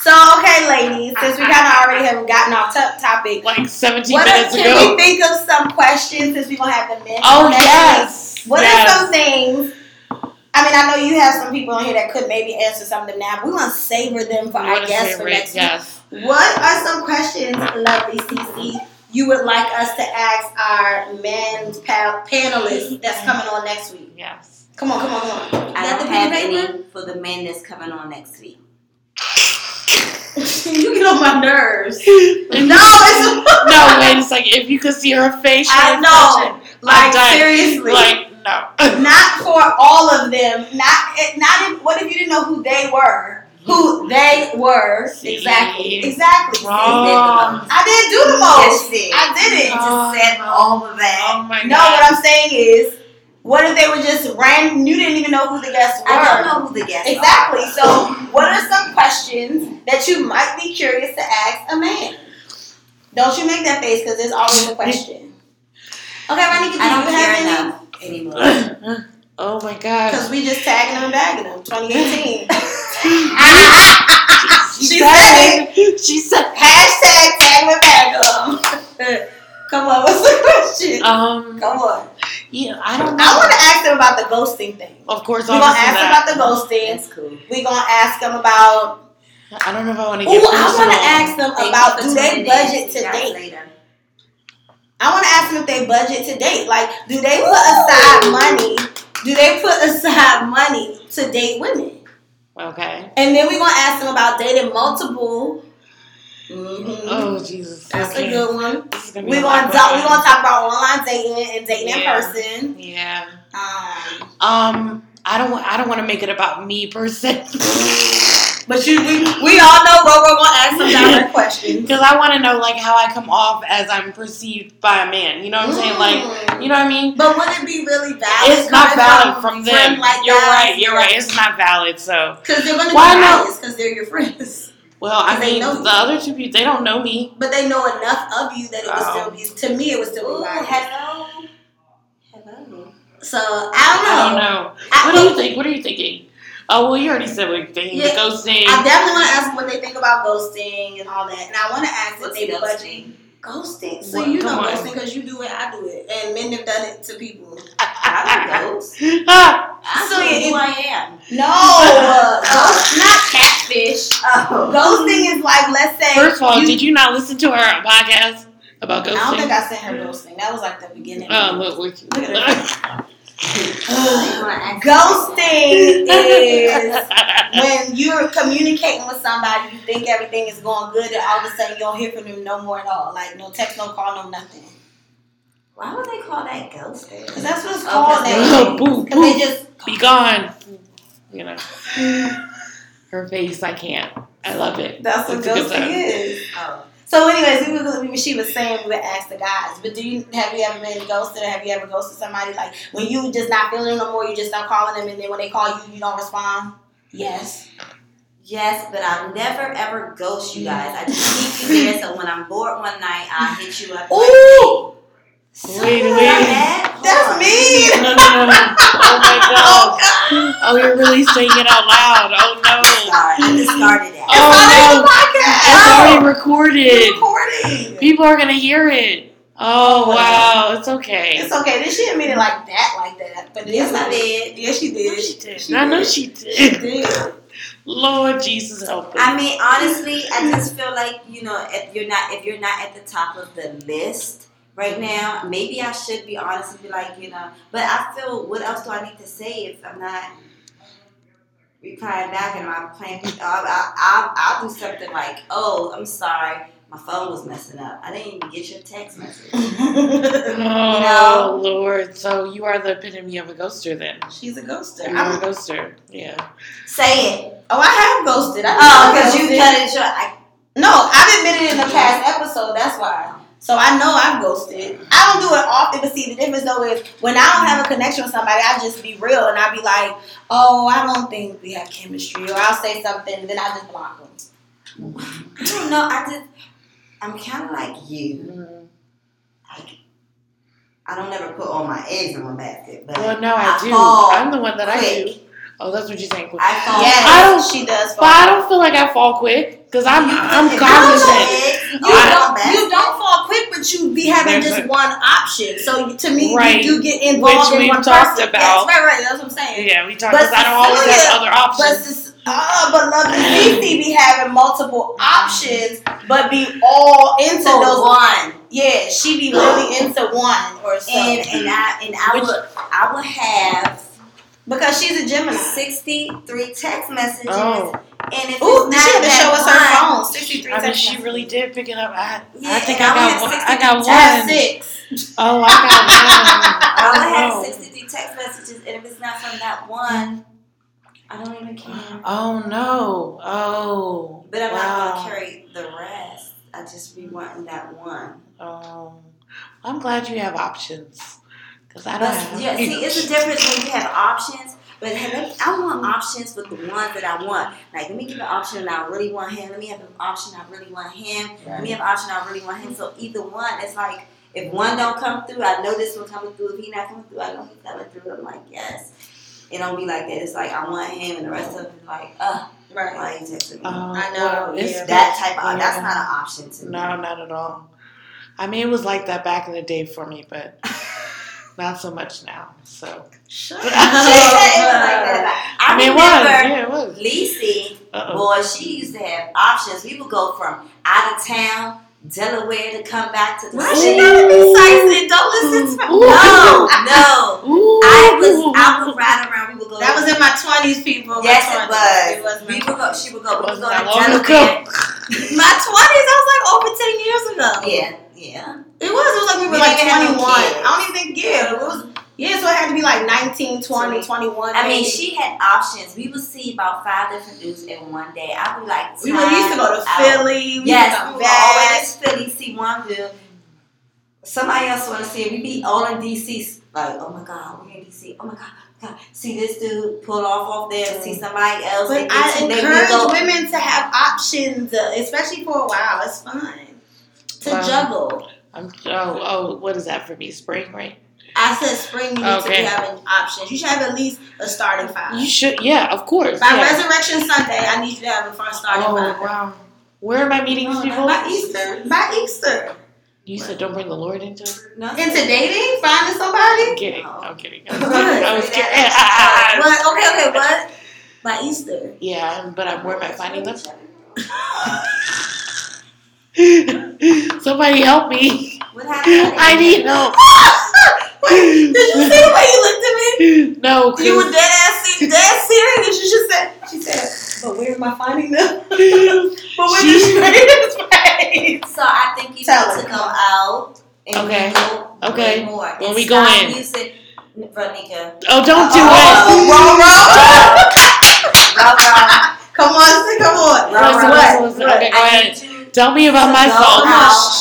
S3: So okay, ladies, since we kind of already have gotten off top topic,
S1: Like 17
S3: what if,
S1: minutes
S3: can
S1: ago.
S3: we think of some questions since we gonna have the men?
S1: Oh
S3: on next week?
S1: yes.
S3: What
S1: yes.
S3: are some things? I mean, I know you have some people on here that could maybe answer some of them now. But we want to savor them for
S1: You
S3: our
S1: wanna say
S3: guests for
S1: Rick,
S3: next week.
S1: Yes.
S3: What are some questions, lovely CC, you would like us to ask our men pa- panelists that's coming on next week?
S1: Yes.
S3: Come on, come on, come on.
S4: I don't have any for the men that's coming on next week.
S3: you get on my nerves. No, it's
S1: No, wait. It's like if you could see her face. she
S3: I
S1: was
S3: know.
S1: touching.
S3: Like
S1: dying.
S3: seriously,
S1: Like no.
S3: not for all of them. Not it- not if, what if you didn't know who they were? Who they were
S1: See.
S3: exactly? Exactly. See,
S1: Oh.
S3: I did do the
S4: Yes,
S3: most.
S4: she did.
S3: I did it.
S1: Oh,
S4: Just said
S1: no.
S4: all of that.
S1: Oh my
S3: No,
S1: god.
S3: what I'm saying is, what if they were just random? You didn't even know who the guests were.
S4: I don't know who the guests
S3: Exactly.
S4: are.
S3: So, what are some questions that you might be curious to ask a man? Don't you make that face because there's always a question. Okay, Ronika, do
S4: I don't
S3: you
S4: care
S3: have any?
S4: enough anymore.
S1: oh my god.
S3: Because we just tagging them and bagging them. 2018.
S1: She,
S3: she
S1: said it. She said.
S3: Hashtag tag them and bag them. Come on, what's the question?
S1: Um.
S3: Come on.
S1: Yeah. I don't know.
S3: I want to ask them about the ghosting thing.
S1: Of course,
S3: We're gonna
S1: obviously
S3: ask
S1: that.
S3: them about the ghosting.
S4: That's cool.
S3: We're gonna ask them about.
S1: I don't know if I want to
S3: Ooh,
S1: get personal.
S3: I want to ask them
S4: Thank
S3: about
S4: you for
S3: do they
S4: tuning in.
S3: budget
S4: See
S3: to
S4: you guys
S3: date?
S4: later.
S3: I want to ask them if they budget to date. Like, do they put aside money? Do they put aside money to date women?
S1: Okay.
S3: And then we're gonna ask them about dating multiple. Mhm.
S1: Oh Jesus.
S3: That's
S1: okay.
S3: a good one.
S1: This is gonna be
S3: We're
S1: a
S3: gonna
S1: lot
S3: talk, we're
S1: going
S3: gonna
S1: on.
S3: talk about online dating and dating
S1: Yeah.
S3: in person.
S1: Yeah.
S3: Um,
S1: Um. I don't. wa- I don't want to make it about me per se.
S3: but you, we, we all know what we're gonna ask some direct questions.
S1: Because I want to know like how I come off as I'm perceived by a man. You know what I'm saying?
S3: Mm.
S1: Like, you know what I mean?
S3: but would it be really valid?
S1: It's not
S3: coming
S1: valid from them.
S3: friends Like
S1: you're right. You're right. It's not valid. So,
S3: Because they're gonna
S1: Why
S3: be
S1: not?
S3: biased because they're your friends.
S1: well, I
S3: 'Cause they
S1: mean,
S3: know
S1: the
S3: you.
S1: other two people, they don't know me.
S3: But they know enough of you that it would
S1: Oh.
S3: still be. To me, it would still
S4: Ooh,
S3: be biased.
S4: hello. Hello.
S3: So I
S1: I
S3: don't
S1: don't
S3: know.
S1: know.
S3: I
S1: What do you
S3: think-
S1: think? What are you thinking? Oh well, you already said what you're thinking.
S3: Yeah,
S1: the ghosting.
S3: I definitely want to ask them what they think about ghosting and all that, and I want to ask if
S4: What's
S3: they budget.
S4: ghosting?
S3: Ghosting. So
S1: What?
S3: you know
S1: Come on.
S3: ghosting because you do it, I do it, and men have done it to people.
S4: I do ghost.
S1: Ah,
S4: I
S3: So
S4: so
S3: it-
S4: who I am.
S3: No, uh, ghost, not catfish.
S4: Oh.
S3: Ghosting is like let's say.
S1: first of all,
S3: you-
S1: did you not listen to our podcast about
S3: I don't
S1: ghosting?
S3: think I sent her ghosting. That was like the beginning.
S1: Oh, look, we-
S3: Look at Ugh.
S4: You wanna ask-
S3: ghosting is when you're communicating with somebody, you think everything is going good, and all of a sudden you don't hear from them no more at all. Like no text, no call, no nothing.
S4: Why would they call that ghosting?
S3: Because that's what it's called.
S4: Okay.
S3: now.
S1: Oh, Boo,
S3: 'Cause they
S1: boo,
S3: just
S1: be gone. You know, her face. I can't. I love it.
S3: that's what
S1: It's a good
S3: ghosting
S1: time.
S3: is.
S4: Oh.
S3: So, anyways, we were, we- she was saying we would ask the guys, but do you have you ever been ghosted or have you ever ghosted somebody like when you just not feeling no more, you just not calling them, and then when they call you, you don't respond? Yes.
S4: Yes, but I'll never ever ghost
S3: Mm.
S4: you guys. I just keep you there so when I'm bored one night, I'll hit you up.
S3: Ooh,
S1: Wait,
S4: Something like
S1: wait.
S4: that?
S3: that's
S1: No,
S3: mean.
S1: no, no. Oh my god. Oh, you're really saying it out loud. Oh no.
S4: Sorry, I just started that.
S1: Oh,
S3: It's
S1: no. It's
S3: not
S1: already
S3: even
S1: recorded.
S3: a podcast. It's recording.
S1: People are gonna hear it. Oh wow, it's okay.
S3: It's okay. Then she didn't mean it like that, like that. But
S4: Yes,
S3: it's
S4: I
S3: not
S4: did.
S3: Yes, she did.
S1: She did. I know she did.
S3: did.
S1: Lord Jesus help us.
S4: I mean, honestly, I just feel like you know, if you're not if you're not at the top of the list right now, maybe I should be honest and be like, you know, but I feel what else do I need to say if I'm not replying back and I'm playing? I'll, I'll, I'll, I'll do something like, oh, I'm sorry, my phone was messing up. I didn't even get your text message.
S1: Oh
S4: know?
S1: Lord. So you are the epitome of a ghoster then.
S3: She's a ghoster.
S1: You're
S3: I'm,
S1: a ghoster. Yeah.
S4: Say it.
S3: oh, I have ghosted. I
S4: Oh,
S3: know I
S4: because you
S3: ghosted.
S4: cut it short. I,
S3: No, I've admitted it in the past episode. That's why. So I know I've ghosted. I don't do it often, but see, the difference though is when I don't have a connection with somebody, I just be real and I be like, "Oh, I don't think we have chemistry," or I'll say something, and then I just block them.
S4: I don't know. I just I'm kind of like you. I don't ever put all my eggs in one basket, but
S1: Well no, I
S4: I
S1: do.
S4: fall
S1: I'm the one that I do.
S4: quick.
S1: Oh, that's what you're saying. Quick.
S4: I fall.
S3: Yes,
S1: I don't-
S3: she does.
S1: But I don't feel like I fall quick because I'm I'm
S4: If
S1: cognizant.
S4: I don't know
S3: You
S4: it,
S3: don't,
S4: I-
S3: you don't fall quick, but you be having
S1: There's
S3: just
S1: a-
S3: one option. So you- to me,
S1: Right.
S3: you do get involved
S1: Which
S3: in
S1: we've
S3: one
S1: talked
S3: person.
S1: about.
S3: Yes, right, right. That's what I'm saying.
S1: Yeah, we talked
S3: But
S1: because I don't always
S3: Cecilia-
S1: have other
S3: But
S1: options.
S3: sis- uh, but love and Cece be having multiple options, but be all into
S4: For
S3: those
S4: one.
S3: Yeah, she be really into one or so.
S4: and and I and I
S1: Which-
S4: would I would have
S3: because she's a Gemini.
S4: sixty three text messages,
S1: Oh,
S4: and if
S3: Ooh,
S4: it's
S3: she
S4: not
S3: had to
S4: that
S3: show us her
S4: one,
S3: phone. Sixty-three.
S1: I mean,
S3: seconds.
S1: she really did pick it up. I,
S4: Yeah,
S1: I think
S4: and
S1: I
S4: I
S1: got
S4: only
S1: one.
S4: had
S1: I got
S3: I had
S1: one.
S3: six.
S1: Oh, I got one.
S4: I would
S1: I
S4: have
S1: don't know.
S4: sixty three text messages, and if it's not from that one, I don't even care.
S1: Oh no. Oh.
S4: But I'm not
S1: wow.
S4: gonna carry the rest. I just be wanting that one.
S1: Oh, I'm glad you have options because I don't.
S4: But
S1: Have
S4: yeah, see, it's a difference when you have options. But hey, let me- I want options with the ones that I want. Like, let me give an option and I really want him. Let me have an option I really want him. Let me have an option I really want him. So either one, it's like if one don't come through, I know this one coming through. If he not coming through, I know he's coming through. I'm like, yes. It don't be like that. It's like I want him, and the rest of them like, uh,
S3: Right.
S4: why you texting me?
S1: Oh,
S3: I know,
S1: well, it's
S3: yeah.
S4: that type of that's
S1: Yeah.
S4: not an option to me.
S1: No, not at all. I mean, it was like that back in the day for me, but not so much now. So
S3: Shut
S1: She
S4: She said it was like that. I,
S1: I mean, it was.
S4: remember
S1: Yeah, it was.
S4: Lisi
S1: Uh-oh.
S4: Boy, she used to have options. We would go from out of town, Delaware, to come back to the
S3: Why she
S4: city.
S3: gotta be sexy? Don't listen to
S1: Ooh.
S4: No, no.
S1: Ooh.
S4: I was. I would ride around. We would go.
S3: That was in my twenties, people.
S4: Yes,
S3: my
S4: it
S3: It
S4: was.
S3: was
S4: we
S3: my
S4: would go. She would go.
S1: It
S4: We
S1: wasn't
S4: would go
S1: that
S4: to
S1: long
S4: Delaware.
S1: ago.
S3: My twenties, I was like over ten years ago.
S4: Yeah, yeah.
S3: It was. It was like we were
S4: We
S3: like
S4: didn't have no
S3: 21.
S4: kids.
S3: I don't even think, yeah. It was, yeah, so it had to be like 19, 20, 21.
S4: I mean,
S3: maybe.
S4: she had options. We would see about five different dudes in one day. I would like.
S3: we would, we used to go to
S4: time out.
S3: Philly. We
S4: Yes,
S3: used to
S4: we were always Philly, see one dude. Somebody else want to see it. We be all in DC. Like, oh my God, we're in DC. Oh my God, God. see this dude pull off off there. See somebody else.
S3: But
S4: They get
S3: I
S4: you- they- we
S3: encourage
S4: go-
S3: women to have options, uh, especially for a while. It's fun to
S1: Wow.
S3: juggle.
S1: I'm, oh, oh, what is that for me? Spring, right?
S3: I said spring, you need to
S1: Okay.
S3: be having options. You should have at least a starting five.
S1: You should, yeah, of course.
S3: By
S1: yeah.
S3: Resurrection Sunday, I need you to have a first starting
S1: oh,
S3: five.
S1: wow. Where am I meeting these people?
S3: By Easter. By Easter.
S1: You said don't bring the Lord into it?
S3: Into dating, finding
S1: I'm
S3: somebody.
S1: kidding.
S4: No.
S1: I'm kidding. I was,
S3: Good.
S1: I was kidding.
S3: But okay, okay, but by Easter.
S1: yeah, but I'm, where am I finding them? Somebody help me.
S4: What happened?
S1: I need help.
S3: Wait, did you see the way you looked at me?
S1: No,
S3: You were
S1: because
S3: dead ass se- dead serious. You just said she said, but where's my finding them? But where's
S1: She-
S3: the straightest face?
S4: So I think you
S3: Tell
S4: need
S3: her.
S4: to come out and
S1: Okay.
S4: go way
S1: Okay.
S4: more.
S1: When
S4: and
S1: we go
S4: stop
S1: in.
S4: using Veronica.
S1: oh, don't do it.
S3: Oh, wrong, wrong.
S4: Rah,
S3: Come on, sis, come on.
S4: rah,
S1: Listen,
S4: rah,
S1: listen, listen.
S4: rah.
S1: Okay, go
S4: I need
S1: ahead.
S4: you
S1: Tell me about
S4: to
S1: myself.
S3: Oh,
S4: Go out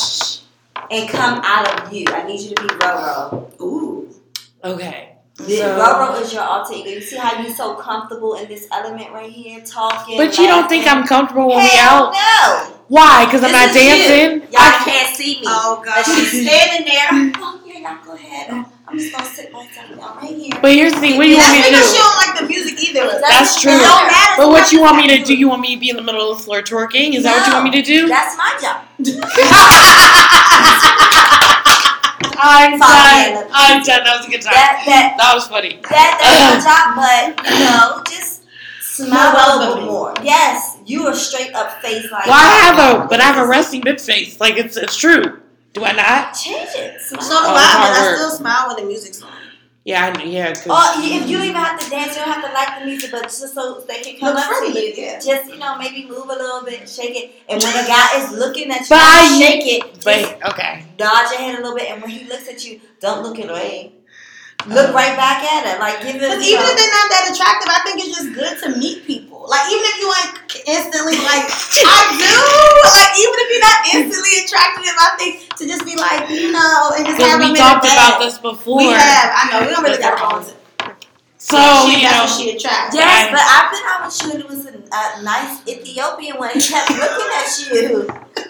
S4: and come out of you. I need you to be Roro.
S3: Ooh.
S1: Okay.
S4: The-
S3: So-
S4: Roro is your alter ego. You see how you so comfortable in this element right here, talking.
S1: But you don't think I'm
S4: laughing?
S1: comfortable when we
S4: Hell
S1: out?
S4: No,
S1: Why? Because I'm
S4: This
S1: not
S4: is you.
S1: dancing?
S4: y'all can't see me.
S3: Oh
S4: But
S3: god.
S4: she's standing there. Oh, you're not gonna have it. I'm just gonna sit myself down right here.
S1: But here's the thing. What do you
S3: That's
S1: want me to
S3: because she
S1: do?
S3: don't like the music either.
S1: That's
S4: It
S1: true.
S4: don't matter.
S1: But what you want me to do? You want me to be in the middle of the floor twerking? Is that what you want me to do?
S4: That's my job.
S1: I'm
S4: Sorry.
S1: done. I'm done. That was a good time.
S4: That that
S1: That was funny.
S4: that that's my job. But you know, just smile
S3: Smile
S4: a little
S3: lovely.
S4: bit more. Yes, you are straight up face like.
S1: Well, I have a, but I have a resting bitch face. Like it's it's true. Do I not?
S4: Change it.
S3: So
S4: Smile.
S3: do I,
S1: Oh,
S3: but
S1: hard
S3: I
S1: work.
S3: still smile when the music's on.
S1: Yeah, I, yeah. 'cause-
S4: Or Oh, you- if you don't even have to dance, you don't have to like the music, but just so they can come
S3: Look
S4: up to
S3: friendly,
S4: you,
S3: yeah.
S4: just you know, maybe move a little bit, shake it, and when a guy is looking at you,
S1: But I-
S4: shake it, just
S1: but okay.
S4: nod your head a little bit, and when he looks at you, don't look away. Look right back at it. Like give it.
S3: Because even if they're not that attractive, I think it's just good to meet people. Like even if you ain't instantly like I do, like even if you're not instantly attractive, I think to just be like you know and just
S1: Because
S3: have
S1: we
S3: them
S1: talked
S3: in a
S1: about
S3: bag.
S1: this before.
S3: We have, I know, we don't really gotta go into.
S1: so
S3: she,
S1: you
S3: that's
S1: know,
S3: what she attracts.
S4: Yes, but I've been out with you, and it was a, a nice Ethiopian one. He kept looking at you.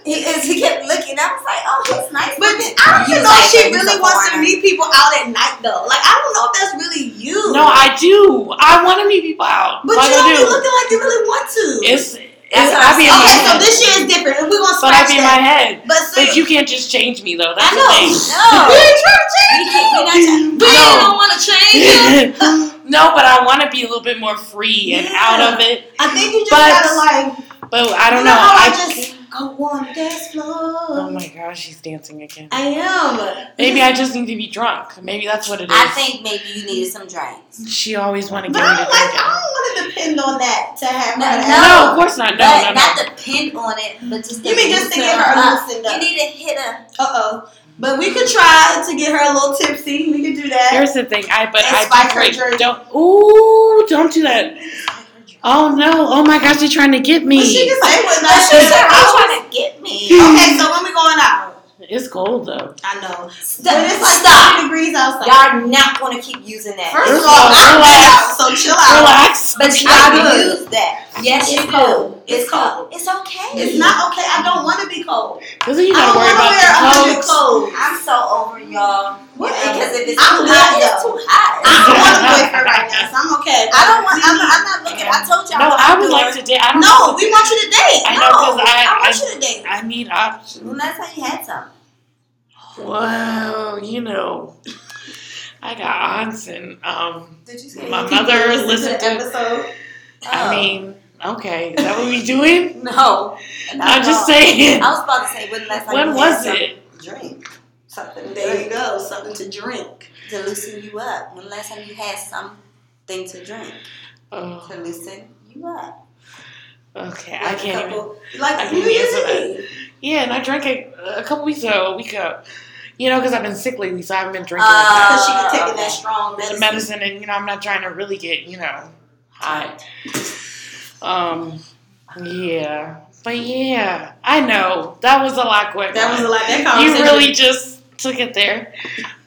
S4: He, he kept looking. I was like, oh, he's nice.
S3: But
S4: looking.
S3: I don't
S4: You
S3: even know if
S4: like
S3: she
S4: him, he's
S3: really
S4: a
S3: wants to
S4: foreigner.
S3: meet people out at night though. Like I don't know if that's really you.
S1: no, I do. I want to meet people out.
S3: But
S1: Why
S3: you don't
S1: do?
S3: be looking like you really want to.
S1: It's it's
S4: That's what
S1: I
S4: I'm
S1: be in
S4: saying.
S1: my
S3: okay, so
S1: head.
S3: this year is different. and We're gonna
S1: but I
S3: scratch
S1: be in my head.
S3: that. But, see,
S1: But you can't just change me though. That's
S3: I know.
S4: No.
S3: You ain't trying to
S4: We
S3: change
S4: can't-
S3: you.
S4: we not trying-
S3: We
S1: No.
S3: don't want to change you.
S1: the thing. no, but I want to be a little bit more free and
S3: Yeah.
S1: out of it.
S3: I think you just
S1: But-
S3: gotta like.
S1: But I don't
S3: you
S1: know.
S3: How I,
S1: I
S3: just go on dance floor.
S1: Oh my gosh, she's dancing again.
S3: I am.
S1: Maybe I just need to be drunk. Maybe that's what it is.
S4: I think maybe you needed some drinks.
S1: she always want to
S3: But
S1: get
S3: I
S1: me to
S3: don't like.
S1: drink.
S3: I don't want to depend on that to have her. to
S4: No.
S1: No, of course not. No,
S4: but
S1: no, no.
S4: not depend on it, but just
S3: You mean just to
S4: loosen
S3: get her
S4: up.
S3: loosened
S4: You
S3: up?
S4: need to hit a
S3: Uh oh. But we could try to get her a little tipsy. We could do that.
S1: Here's the thing. I but
S3: And
S1: I
S3: spike
S1: do
S3: her
S1: drink.
S3: drink.
S1: Don't. Ooh, don't do that. Oh no. Oh my gosh, you're trying to get
S3: But she
S1: me.
S3: can say what
S4: But
S3: not
S4: you
S3: she
S4: said
S3: said.
S4: you
S3: I
S4: trying to get me.
S3: was- Okay, so when we going out?
S1: It's cold though.
S3: I know. But
S4: Stop.
S3: it's like
S4: Stop.
S3: 30 degrees outside.
S4: Y'all not gonna keep using that.
S3: First
S1: First
S3: of
S1: of all,
S3: all, I'm
S1: relax.
S3: out, so chill out.
S1: Relax.
S4: but
S3: I
S4: y'all use that. Yes,
S3: It's
S4: you
S3: cold.
S4: do.
S3: It's cold.
S4: It's okay.
S3: It's not okay. I don't want to be cold.
S1: Doesn't you
S3: I
S1: gotta
S3: don't
S1: worry
S3: want to wear a
S1: about the
S3: hundred
S1: cold?
S3: clothes.
S4: I'm so over y'all.
S3: What?
S4: Because if it's
S3: I'm
S4: too
S3: good,
S4: hot,
S3: though.
S4: it's too hot.
S3: I don't want a boyfriend right now, so I'm okay.
S4: I don't want. I'm, I'm not looking. I told y'all.
S1: No,
S4: what
S1: I
S4: I'm
S1: would
S4: doing.
S1: like to date. I don't.
S3: No, we want you to date.
S1: I
S3: no,
S1: know, 'cause I-
S3: want
S1: I-
S3: you to date.
S1: I need options.
S4: Well, that's how you had some.
S1: Well, you know, I got aunts and um.
S4: Did you
S1: say- My mother listened to-
S3: episode.
S1: I
S3: Oh.
S1: mean, okay, is that what we doing?
S4: Oh, no. And I
S1: I'm just
S4: was-
S1: saying.
S4: I was about to say when last time
S1: When
S4: you
S1: was
S4: had
S1: it?
S4: some Drink
S3: There
S4: something. There
S3: you go, something to drink.
S4: to loosen you up. When last time you had something to drink
S1: Oh,
S4: to loosen you up.
S1: okay, I
S3: Like a
S1: can't even.
S3: couple- Like
S1: I
S3: New
S1: can't
S3: Year's
S1: answer that.
S3: Eve.
S1: Yeah, and I drank a, a couple weeks ago, a week ago. You know, because I've been sick lately, so I haven't been drinking
S4: Uh,
S3: Because she can take in
S4: okay.
S3: Ah, that strong
S1: the
S3: medicine.
S1: medicine, and you know, I'm not trying to really get you know hot. Um, yeah, but yeah, I know that was a lot going
S3: That
S1: on.
S3: was a lot. That
S1: you
S3: conversation.
S1: really just took it there.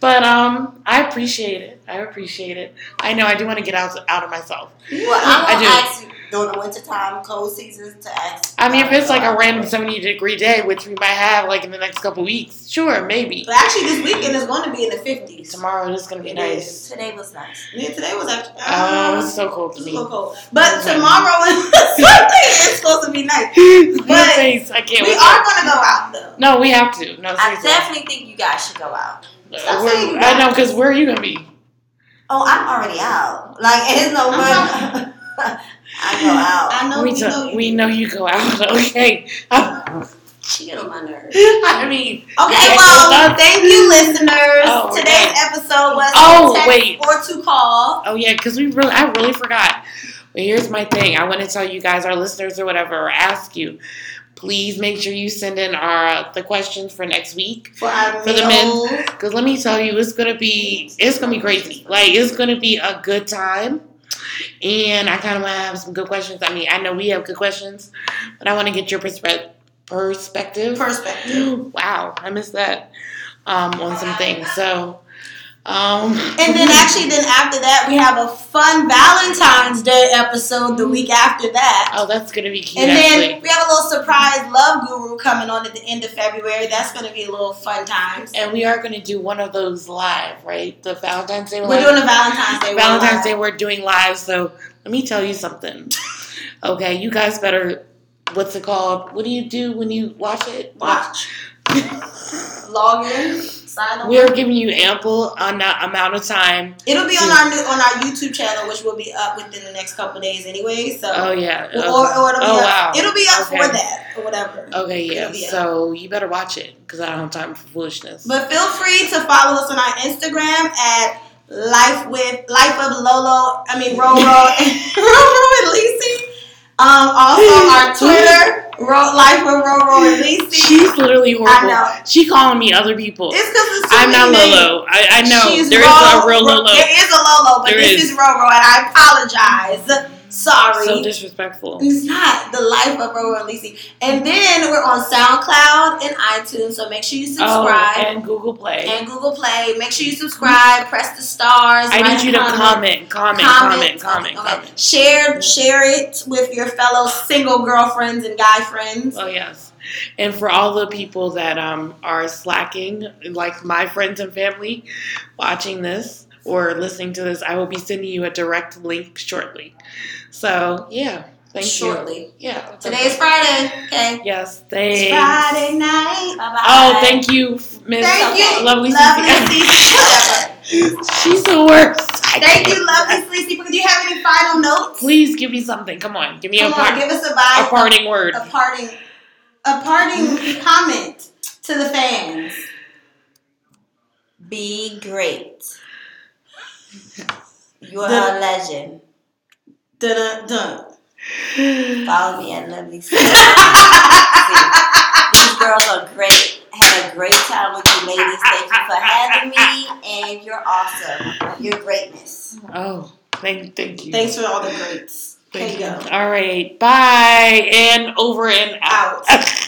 S1: But um, I appreciate it. I appreciate it. I know I do want to get out out of myself.
S4: Well,
S1: I
S4: I'm
S1: do.
S4: gonna ask you during the winter time, cold seasons, to ask.
S1: I mean, if it's like a random seventy degree day, which we might have like in the next couple weeks, sure, maybe.
S3: But actually, this weekend is going to be in the 50s.
S1: Tomorrow it's gonna be nice.
S4: Today was nice.
S3: Yeah, today was actually.
S1: Oh,
S3: Um,
S1: it's so cold to
S3: it's a
S1: me.
S3: little cold. But
S1: Okay.
S3: tomorrow is Sunday. It's supposed to be nice.
S1: My
S3: But
S1: face, I can't.
S3: we
S1: wait.
S3: are going to go out, though.
S1: No, we have to. No,
S4: I
S1: seriously.
S4: definitely think you guys should go out.
S1: Uh,
S3: Stop
S1: we're-
S3: saying
S1: I
S3: that.
S1: know, cause where are you gonna be?
S4: Oh, I'm already out. Like it's no fun. I go out.
S3: I know
S1: we
S3: we,
S1: to-
S3: know you.
S1: we know you go out. Okay.
S4: She get on my nerves.
S1: I mean,
S3: Okay,
S1: Yeah,
S3: well,
S1: stop.
S3: thank you, listeners.
S1: Oh,
S3: Today's
S1: yeah.
S3: episode was
S1: Oh,
S3: to text
S1: wait.
S3: or to call.
S1: Oh yeah, because we really, I really forgot. But here's my thing: I want to tell you guys, our listeners or whatever, or ask you, please make sure you send in our uh, the questions for next week.
S3: For, our
S1: For the men.
S3: meals.
S1: Because let me tell you, it's gonna be it's gonna be crazy. Like it's gonna be a good time, and I kind of want to have some good questions. I mean, I know we have good questions, but I want to get your perspe- perspective.
S3: Perspective.
S1: wow, I missed that um, on some things. So, um,
S3: And then actually, then after that, we have a fun Valentine's Day episode the week after that.
S1: oh, that's gonna be cute.
S3: And
S1: actually.
S3: then we have a little surprise love guru coming on at the end of February. That's going to be a little fun times.
S1: And we are going to do one of those live, right? The Valentine's Day
S3: We're
S1: live.
S3: doing a Valentine's Day. one
S1: Valentine's
S3: live.
S1: Day, we're doing live. So let me tell you something. Okay, you guys better. What's it called? What do you do when you watch it?
S3: Watch. Log in. Sign up.
S1: We're giving you ample an- amount of time.
S3: It'll be on our new, on our YouTube channel, which will be up within the next couple days anyway. So.
S1: Oh yeah.
S3: Or, or it'll be
S1: Oh,
S3: up.
S1: wow.
S3: It'll be up
S1: Okay.
S3: for that or whatever.
S1: Okay, yeah.
S3: Yeah.
S1: So you better watch it because I don't have time for foolishness.
S3: But feel free to follow us on our Instagram at life with life of Lolo. I mean Roro and Roro and Lisi. Um, also our Twitter Ro, life with Roro and Lisi.
S1: She's literally
S3: I
S1: horrible.
S3: know
S1: She calling me other people.
S3: it's because it's too
S1: I'm not
S3: many names.
S1: Lolo. I, I know
S3: She's
S1: there is
S3: Ro-
S1: a real
S3: Ro-
S1: Lolo.
S3: There is a Lolo, but
S1: There
S3: this
S1: is.
S3: is Roro, and I apologize. Sorry.
S1: So disrespectful.
S3: It's not the life of Roro and Lisi. And then we're on SoundCloud and iTunes, so make sure you subscribe.
S1: Oh, and Google Play.
S3: and Google Play. Make sure you subscribe, press the stars.
S1: I
S3: write
S1: need you
S3: a
S1: to comment, comment, comment, comment,
S3: Okay.
S1: comment.
S3: Share, share it with your fellow single girlfriends and guy friends.
S1: Oh yes, and for all the people that um are slacking, like my friends and family, watching this or listening to this, I will be sending you a direct link shortly. So yeah, thank
S3: shortly.
S1: you. Yeah, that's
S3: Today is
S1: okay.
S3: Friday. Okay.
S1: yes,
S3: It's
S1: thanks.
S3: Friday night.
S4: Bye-bye.
S1: Oh, thank you, Miss
S3: Thank you,
S1: Lovely.
S3: lovely
S1: Cece.
S3: Cece.
S1: She's the worst. I
S3: Thank
S1: can't.
S3: you, lovely Cece. Do you have any final notes?
S1: Please give me something. Come on, give me
S3: Come
S1: a,
S3: on,
S1: part,
S3: give us a
S1: a
S3: bye.
S1: parting word.
S3: a parting a parting comment to the fans.
S4: Be great. You are
S3: The-
S4: a legend.
S3: Dun dun dun.
S4: Follow me at Lovely City. These girls are great. Had a great time with you ladies. Thank you for having me. And you're awesome. Your greatness.
S1: Oh, thank, thank you.
S3: Thanks for all the greats. There
S1: Thank
S3: you
S1: you.
S3: go.
S1: All right. Bye. And over and out.
S3: Out.